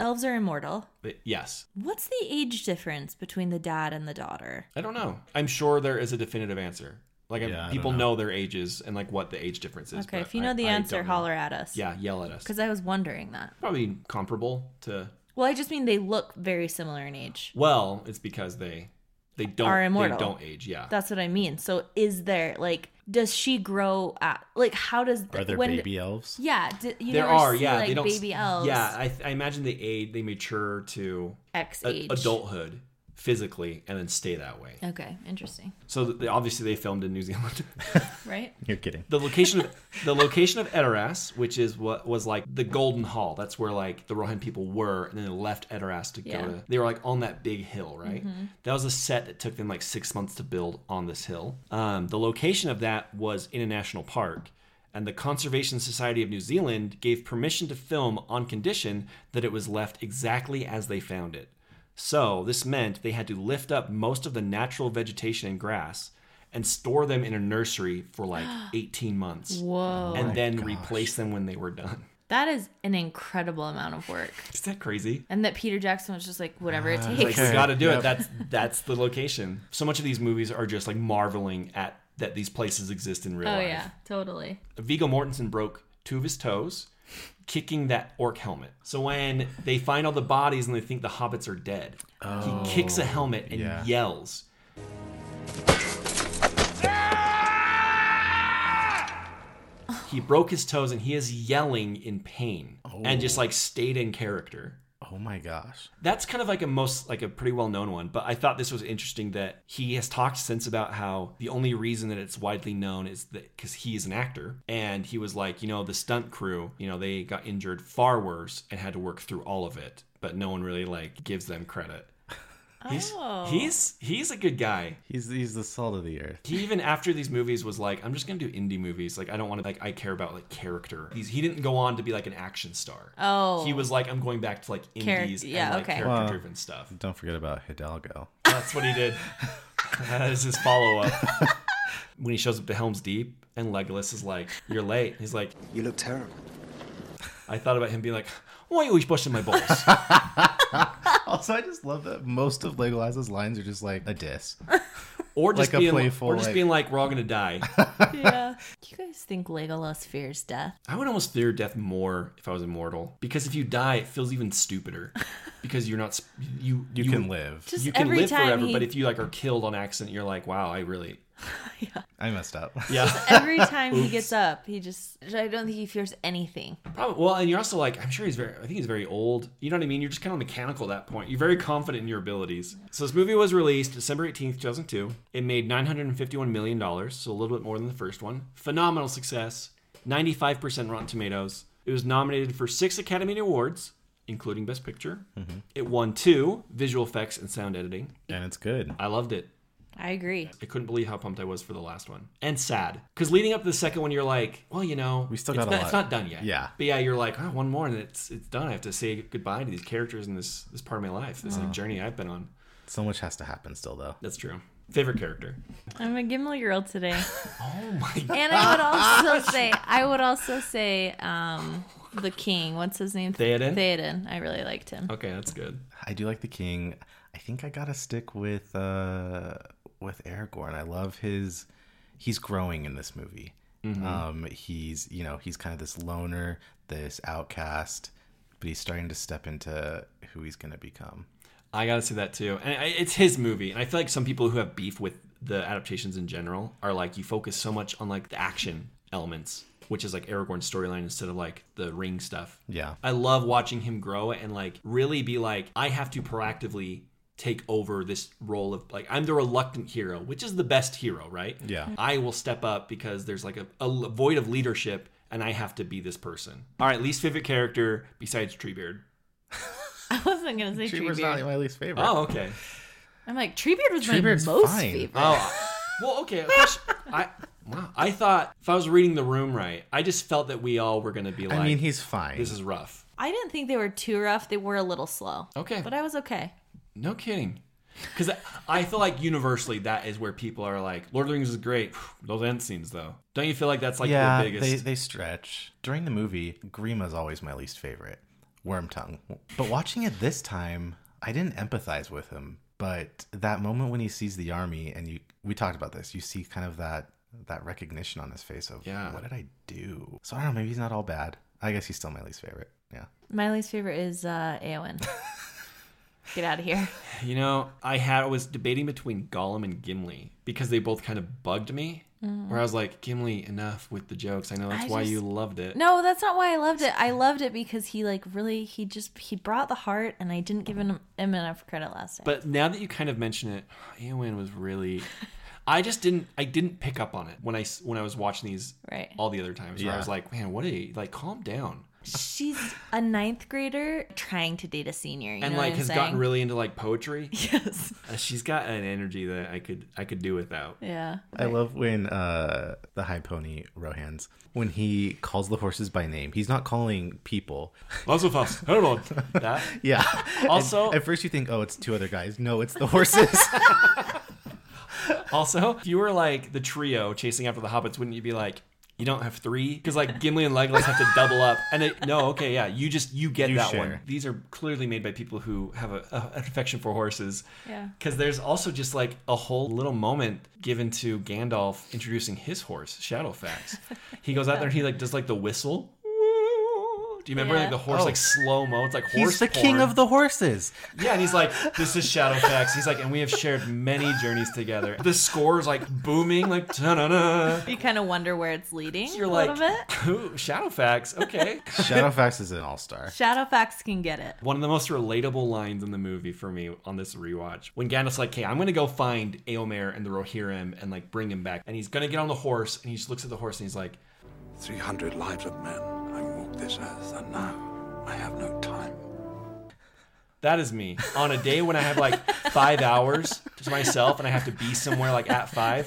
S2: Elves are immortal.
S3: But yes
S2: What's the age difference between the dad and the daughter?
S3: I don't know I'm sure there is a definitive answer like I'm-
S4: Yeah, I don't
S3: people know.
S4: know.
S3: their ages and like what the age difference is
S2: Okay,
S3: but
S2: if you know
S3: I-
S2: the
S3: I
S2: answer,
S3: don't know.
S2: holler at us.
S3: yeah yell at us
S2: Because I was wondering that.
S3: probably comparable to
S2: Well, I just mean they look very similar in age.
S3: well it's because they They don't.
S2: are immortal.
S3: They don't age. Yeah.
S2: That's what I mean. So is there like does she grow at like how does
S3: Are there baby elves?
S2: Yeah, d- you
S3: there
S2: never
S3: are.
S2: see,
S3: yeah.
S2: like
S3: they don't.
S2: baby elves.
S3: Yeah. I, I imagine they age. They mature to
S2: X
S3: a-
S2: age.
S3: adulthood physically, and then stay that way.
S2: Okay, interesting.
S3: So th- they, obviously they filmed in New Zealand.
S2: Right?
S4: You're kidding.
S3: The location of the location of Edoras, which is what was like the Golden Hall. That's where like the Rohan people were, and then they left Edoras to
S2: Yeah.
S3: go to. They were like on that big hill, right?
S2: Mhm.
S3: That was a set that took them like six months to build on this hill. Um, the location of that was in a national park. And the Conservation Society of New Zealand gave permission to film on condition that it was left exactly as they found it. So, this meant they had to lift up most of the natural vegetation and grass and store them in a nursery for like 18 months.
S2: Whoa. Oh my
S3: And then replace them when they were done.
S2: That is an incredible amount of work.
S3: Is that crazy?
S2: And that Peter Jackson was just like whatever it
S3: Uh,
S2: takes. Oh,
S3: it's like, we got to do
S2: Yep.
S3: it. That's that's the location. So much of these movies are just like marveling at that these places exist in real
S2: oh
S3: life.
S2: yeah, totally.
S3: Viggo Mortensen broke two of his toes kicking that orc helmet. So when they find all the bodies and they think the hobbits are dead, he kicks a helmet and
S4: yeah.
S3: yells. He broke his toes and he is yelling in pain and just like stayed in character.
S4: Oh my gosh.
S3: That's kind of like a most like a pretty well known one, but I thought this was interesting that he has talked since about how the only reason that it's widely known is that because he is an actor and he was like, you know, the stunt crew, you know, they got injured far worse and had to work through all of it, but no one really like gives them credit. He's
S2: Oh.
S3: he's he's a good guy.
S4: He's he's the salt of the earth.
S3: He even after these movies was like, I'm just gonna do indie movies. Like I don't want to like I care about like character. He's he didn't go on to be like an action star.
S2: Oh.
S3: he was like I'm going back to like
S2: Charac-
S3: indies
S2: yeah,
S3: and like
S2: okay.
S3: character
S4: Well,
S3: driven stuff.
S4: Don't forget about Hidalgo.
S3: That's what he did. that is his follow up. when he shows up to Helm's Deep and Legolas is like, You're late. He's like,
S19: You look terrible.
S3: I thought about him being like, Why are you always busting my balls?
S4: also, I just love that most of Legolas's lines are just like a diss,
S3: Or just,
S4: like a
S3: being,
S4: playful,
S3: or just
S4: like,
S3: being like, We're all going to die.
S2: yeah. Do you guys think Legolas fears death?
S3: I would almost fear death more if I was immortal. Because if you die, it feels even stupider. Because you're not, sp- you,
S4: You can live.
S2: Just
S3: you can
S2: every
S3: live
S2: time
S3: forever,
S2: he-
S3: but if you like are killed on accident, you're like, wow, I really,
S4: I messed up.
S3: yeah.
S2: Every time he
S3: Oops.
S2: gets up, he just I don't think he fears anything.
S3: Probably. Well, and you're also like, I'm sure he's very. I think he's very old. You know what I mean? You're just kind of mechanical at that point. You're very confident in your abilities. So this movie was released December 18th, 2002. It made 951 million dollars, so a little bit more than the first one. Phenomenal success. 95% Rotten Tomatoes. It was nominated for six Academy Awards, including Best Picture.
S4: Mhm.
S3: It won two visual effects and sound editing.
S4: And it's good.
S3: I loved it.
S2: I agree.
S3: I couldn't believe how pumped I was for the last one. And sad. Because leading up to the second one, you're like, well, you know, we
S4: still
S3: it's,
S4: got a
S3: not,
S4: lot.
S3: it's not done yet.
S4: Yeah.
S3: But yeah, you're like, oh, one more and it's it's done. I have to say goodbye to these characters and this this part of my life, this like,
S4: Oh.
S3: journey I've been on.
S4: So much has to happen still, though.
S3: That's true. Favorite character.
S2: I'm a Gimli girl today. oh my god. And I would also say I would also say um the king. What's his name?
S4: Theoden?
S2: Theoden. I really liked him.
S3: Okay, that's good.
S4: I do like the king. I think I gotta stick with uh with Aragorn. I love his. He's growing in this movie.
S3: Mhm.
S4: Um, he's you know he's kind of this loner, this outcast, but he's starting to step into who he's gonna become.
S3: I gotta say that too. And I, it's his movie, and I feel like some people who have beef with the adaptations in general are like, you focus so much on like the action elements, which is like Aragorn's storyline instead of like the ring stuff.
S4: Yeah.
S3: I love watching him grow and like really be like, I have to proactively take over this role of like I'm the reluctant hero, which is the best hero, right?
S4: Yeah.
S3: I will step up because there's like a, a l- void of leadership and I have to be this person. All right, least favorite character besides Treebeard.
S2: I wasn't gonna say
S4: Treebeard's
S2: Treebeard.
S4: not my least favorite.
S3: Oh, okay.
S2: I'm like Treebeard was
S4: Treebeard's
S2: my most
S4: fine.
S2: favorite.
S3: Oh, well, okay. of course, I wow. I thought if I was reading the room right, I just felt that we all were going to be like,
S4: I mean, he's fine.
S3: this is rough.
S2: I didn't think they were too rough. They were a little slow.
S3: Okay.
S2: But I was okay.
S3: No kidding. Because I feel like universally that is where people are like, Lord of the Rings is great. Those end scenes, though. Don't you feel like that's like
S4: yeah,
S3: the
S4: they
S3: biggest?
S4: they stretch during the movie. Grima's always my least favorite. Worm tongue. But watching it this time, I didn't empathize with him. But that moment when he sees the army, and you, we talked about this. You see kind of that that recognition on his face of,
S3: Yeah.
S4: what did I do? So I don't know. Maybe he's not all bad. I guess he's still my least favorite. Yeah.
S2: My least favorite is uh Eowyn. Get out of here.
S3: You know, I had I was debating between Gollum and Gimli because they both kind of bugged me.
S2: Mm.
S3: Where I was like, Gimli, enough with the jokes. I know that's
S2: I
S3: why you
S2: just-
S3: loved it.
S2: No, that's not why I loved it. I loved it because he like really he just he brought the heart, and I didn't give him, him enough credit last time.
S3: But now that you kind of mention it, Eowyn was really. I just didn't. I didn't pick up on it when I s- when I was watching these
S2: Right.
S3: all the other times. Where I
S4: Yeah.
S3: was like, man, what are you like? Calm down.
S2: She's a ninth grader trying to date a senior. You
S3: and
S2: know
S3: like
S2: what I'm
S3: has
S2: saying?
S3: gotten really into like poetry.
S2: Yes.
S3: Uh, she's got an energy that I could I could do without.
S2: Yeah.
S4: I love when uh, the high pony Rohans when he calls the horses by name. He's not calling people.
S3: Lassofas, Herod. That.
S4: Yeah.
S3: Also-
S4: And at first you think, oh, it's two other guys. No, it's the horses.
S3: Also, if you were like the trio chasing after the hobbits, wouldn't you be like, you don't have three? Because like Gimli and Legolas have to double up. And it, no, okay, yeah, you just you get
S4: You
S3: that
S4: share.
S3: one. These are clearly made by people who have a, a, an affection for horses.
S2: Yeah.
S3: Because there's also just like a whole little moment given to Gandalf introducing his horse, Shadowfax. he goes out there and he like does like the whistle. Do you remember
S4: Yeah.
S3: like the horse
S4: Oh.
S3: like slow mo? It's like horse.
S4: He's the king
S3: porn.
S4: of the horses.
S3: Yeah, and he's like, "This is Shadowfax." He's like, "And we have shared many journeys together." The score is like booming, like ta-na-na.
S2: You kind of wonder where it's leading.
S3: You're
S2: a
S3: like,
S2: little bit.
S3: "Ooh, Shadowfax." Okay,
S4: Shadowfax is an all star.
S2: Shadowfax can get it.
S3: One of the most relatable lines in the movie for me on this rewatch when Gandalf's like, "Hey, I'm gonna go find Aomer and the Rohirrim and like bring him back," and he's gonna get on the horse and he just looks at the horse and he's like,
S10: 300 lives of men, I walk this earth, and now I have no time.
S3: That is me. On a day when I have like five hours to myself and I have to be somewhere like at five,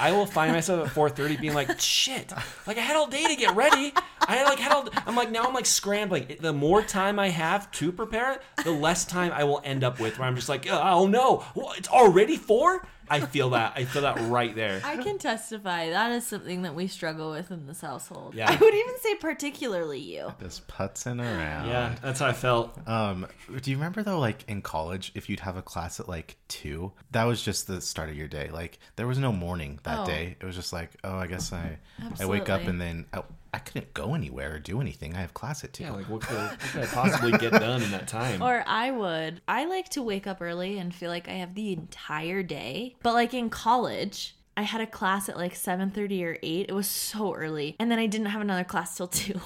S3: I will find myself at four thirty being like, shit. Like I had all day to get ready. I had like had all I'm like now I'm like scrambling. The more time I have to prepare it, the less time I will end up with where I'm just like, oh no, What, it's already four? I feel that. I feel that right there.
S2: I can testify that is something that we struggle with in this household.
S4: Yeah.
S2: I would even say particularly you.
S4: Just putzing around.
S3: Yeah, that's how I felt.
S4: Um, do you remember though, like in college, if you'd have a class at like two, that was just the start of your day. Like there was no morning that
S2: Oh.
S4: day. It was just like, oh, I guess I I wake up
S2: Absolutely.
S4: and then I, I couldn't go anywhere or do anything. I have class at two.
S3: Yeah, like what could, I- what could I possibly get done in that time?
S2: Or I would. I like to wake up early and feel like I have the entire day. But like in college, I had a class at like 7:30 or 8. It was so early. And then I didn't have another class till 2.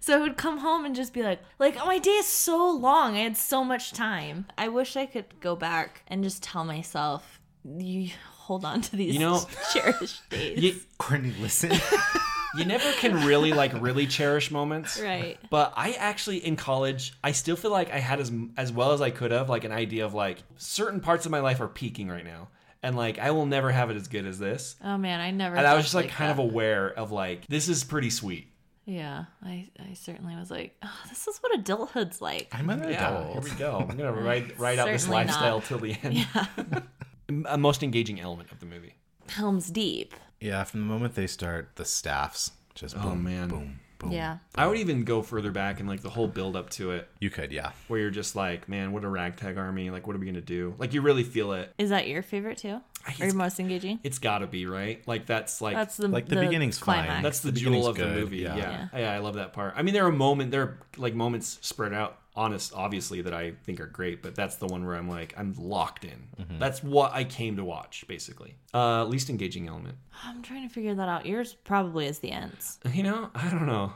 S2: So I would come home and just be like, like oh, my day is so long. I had so much time. I wish I could go back and just tell myself, you hold on to these
S3: You know-
S2: cherished days.
S3: You-
S4: Courtney, listen.
S3: you never can really like really cherish moments
S2: Right.
S3: but i actually in college i still feel like i had as as well as i could have like an idea of like certain parts of my life are peaking right now and like i will never have it as good as this
S2: Oh man, I never
S3: and i was
S2: felt
S3: just like,
S2: like
S3: kind
S2: that.
S3: of aware of like this is pretty sweet
S2: Yeah, I I certainly was like, oh, this is what adulthood's like.
S4: I'm an
S3: yeah,
S4: adult.
S3: here we go i'm gonna ride ride out this
S2: Certainly not.
S3: lifestyle till the end a most engaging element of the movie
S2: Helm's Deep.
S4: Yeah, from the moment they start, the staffs just boom,
S3: Oh, man.
S4: boom, boom.
S2: Yeah.
S3: I would even go further back and like the whole build up to it.
S4: You could, yeah.
S3: Where you're just like, man, what a ragtag army. Like, what are we going to do? Like, you really feel it.
S2: Is that your favorite too? Or your most engaging?
S3: It's got to be, right? Like, that's like.
S2: That's the- Like, the the beginning's fine. climax.
S3: That's the,
S4: The
S3: jewel
S4: beginning's
S3: of the
S4: good,
S3: movie. Yeah.
S4: yeah.
S3: Yeah. I love that part. I mean, there are moment, there are like moments spread out, honest, obviously, that I think are great, but that's the one where I'm like, I'm locked in.
S4: Mhm.
S3: That's what I came to watch, basically. Uh, least engaging element.
S2: I'm trying to figure that out. Yours probably is the ends.
S3: You know, I don't know.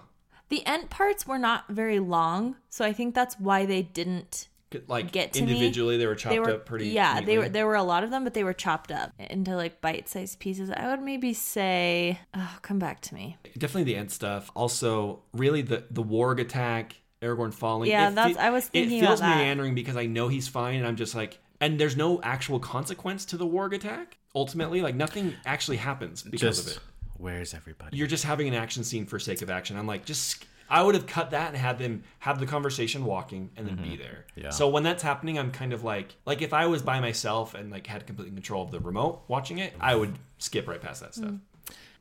S2: The end parts were not very long, so I think that's why they didn't
S3: Like,
S2: get to me.
S3: individually, they were chopped
S2: were-
S3: up pretty.
S2: Yeah, they were.
S3: neatly.
S2: There were a lot of them, but they were chopped up into like bite-sized pieces. I would maybe say, oh, come back to me.
S3: definitely the end stuff. Also, really the the Warg attack, Aragorn falling.
S2: Yeah,
S3: fe-
S2: that's- I was thinking
S3: It feels
S2: about that.
S3: meandering because I know he's fine, and I'm just like, and there's no actual consequence to the Warg attack. Ultimately, like nothing actually happens because
S4: just,
S3: of it.
S4: Where's everybody?
S3: You're just having an action scene for sake of action. I'm like, just I would have cut that and had them have the conversation walking and then be there.
S4: Mm-hmm. Yeah.
S3: So when that's happening, I'm kind of like, like if I was by myself and like had complete control of the remote watching it, I would skip right past that stuff.
S2: Mm.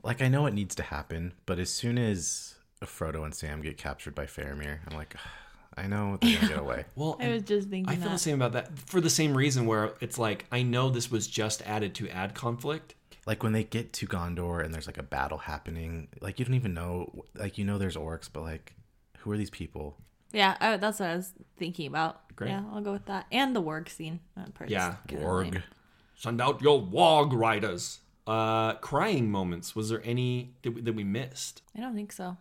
S4: Like I know it needs to happen, but as soon as Frodo and Sam get captured by Faramir, I'm like, "Ugh, I know they're gonna get away.
S3: Well,
S2: I was just thinking
S3: I feel
S2: that.
S3: the same about that for the same reason where it's like I know this was just added to add conflict.
S4: Like when they get to Gondor and there's like a battle happening, like you don't even know, like you know there's orcs, but like, who are these people?
S2: Yeah, I, that's what I was thinking about.
S3: Great.
S2: Yeah, I'll go with that. And the warg scene. That part's
S3: Yeah.
S2: kinda lame.
S3: Send out your warg riders. Uh, crying moments. Was there any that we, that we missed?
S2: I don't think so.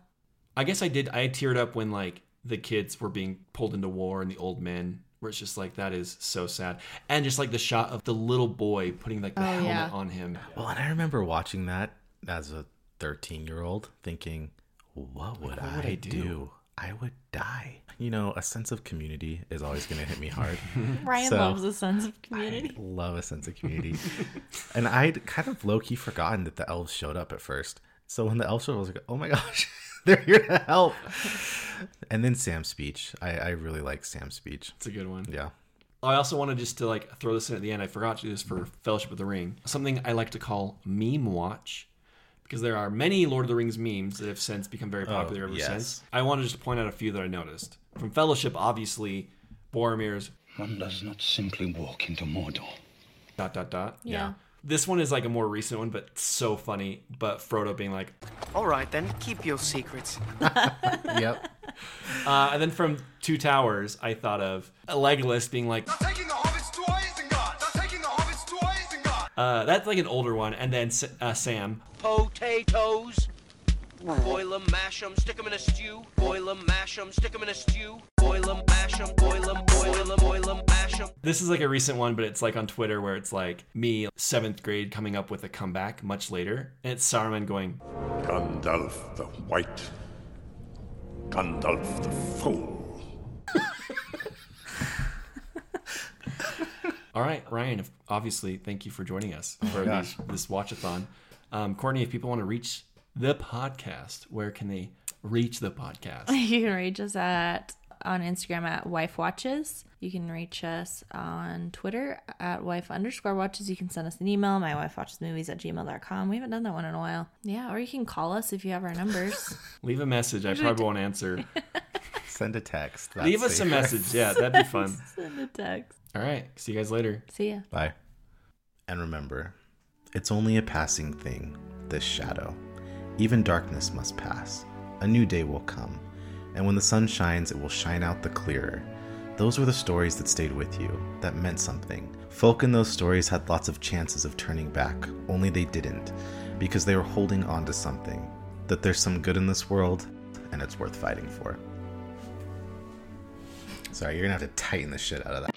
S3: I guess I did. I teared up when like the kids were being pulled into war and the old men. Where it's just like that is so sad, and just like the shot of the little boy putting like the
S2: Oh,
S3: helmet
S2: yeah.
S3: on him.
S4: Well, and I remember watching that as a 13 year old thinking, what would,
S3: What
S4: I,
S3: would I
S4: do?
S3: do?
S4: I would die. You know, a sense of community is always going to hit me hard.
S2: Ryan
S4: So,
S2: loves a sense of community.
S4: Love a sense of community. and I'd kind of low key forgotten that the elves showed up at first. So when the elves showed up, I was like, oh my gosh, they're here to help. And then Sam's speech. I, I really like Sam's speech. It's
S3: a good one.
S4: Yeah.
S3: I also wanted just to like throw this in at the end. I forgot to do this for Fellowship of the Ring. Something I like to call meme watch because there are many Lord of the Rings memes that have since become very
S4: Oh,
S3: popular ever
S4: yes.
S3: since. I wanted to just point out a few that I noticed. From Fellowship, obviously, Boromir's
S16: One does not simply walk into Mordor.
S3: dot dot dot.
S16: Yeah. Yeah.
S3: This one is like a more recent one, but so funny. But Frodo being like,
S8: All right, then, keep your secrets.
S4: yep.
S3: Uh, and then from Two Towers, I thought of Legolas being like,
S7: taking the hobbits to Isengard! They're taking the hobbits to Isengard!
S3: uh, that's like an older one. And then S- uh, Sam,
S8: Potatoes. Boil 'em, mash 'em, stick 'em in a stew. Boil 'em, mash 'em, stick 'em in a stew. Boil 'em, mash 'em, boil 'em, boil 'em, boil 'em, mash 'em.
S3: This is like a recent one, but it's like on Twitter where it's like me, seventh grade, coming up with a comeback much later. And it's Saruman going,
S10: Gandalf the White. Gandalf the Fool.
S3: All right, Ryan, if- obviously, thank you for joining us for
S4: gosh.
S3: these, this watchathon. Um, Courtney, if people want to reach the podcast, where can they reach the podcast?
S2: You can reach us at on Instagram at wife watches. You can reach us on Twitter at wife underscore watches. You can send us an email, my wife watches movies at gmail.com. We haven't done that one in a while. Yeah, or you can call us if you have our numbers.
S3: Leave a message. I
S2: Usually
S3: probably
S2: t-
S3: won't answer.
S4: Send a text. That's
S3: Leave us a
S4: safer.
S3: message. Yeah, that'd be fun.
S2: send a text.
S3: All right. See you guys later.
S2: See ya.
S4: Bye. And remember, it's only a passing thing, this shadow. Even darkness must pass. A new day will come. And when the sun shines, it will shine out the clearer. Those were the stories that stayed with you, that meant something. Folk in those stories had lots of chances of turning back, only they didn't, because they were holding on to something. That there's some good in this world, and it's worth fighting for. Sorry, you're gonna have to tighten the shit out of that.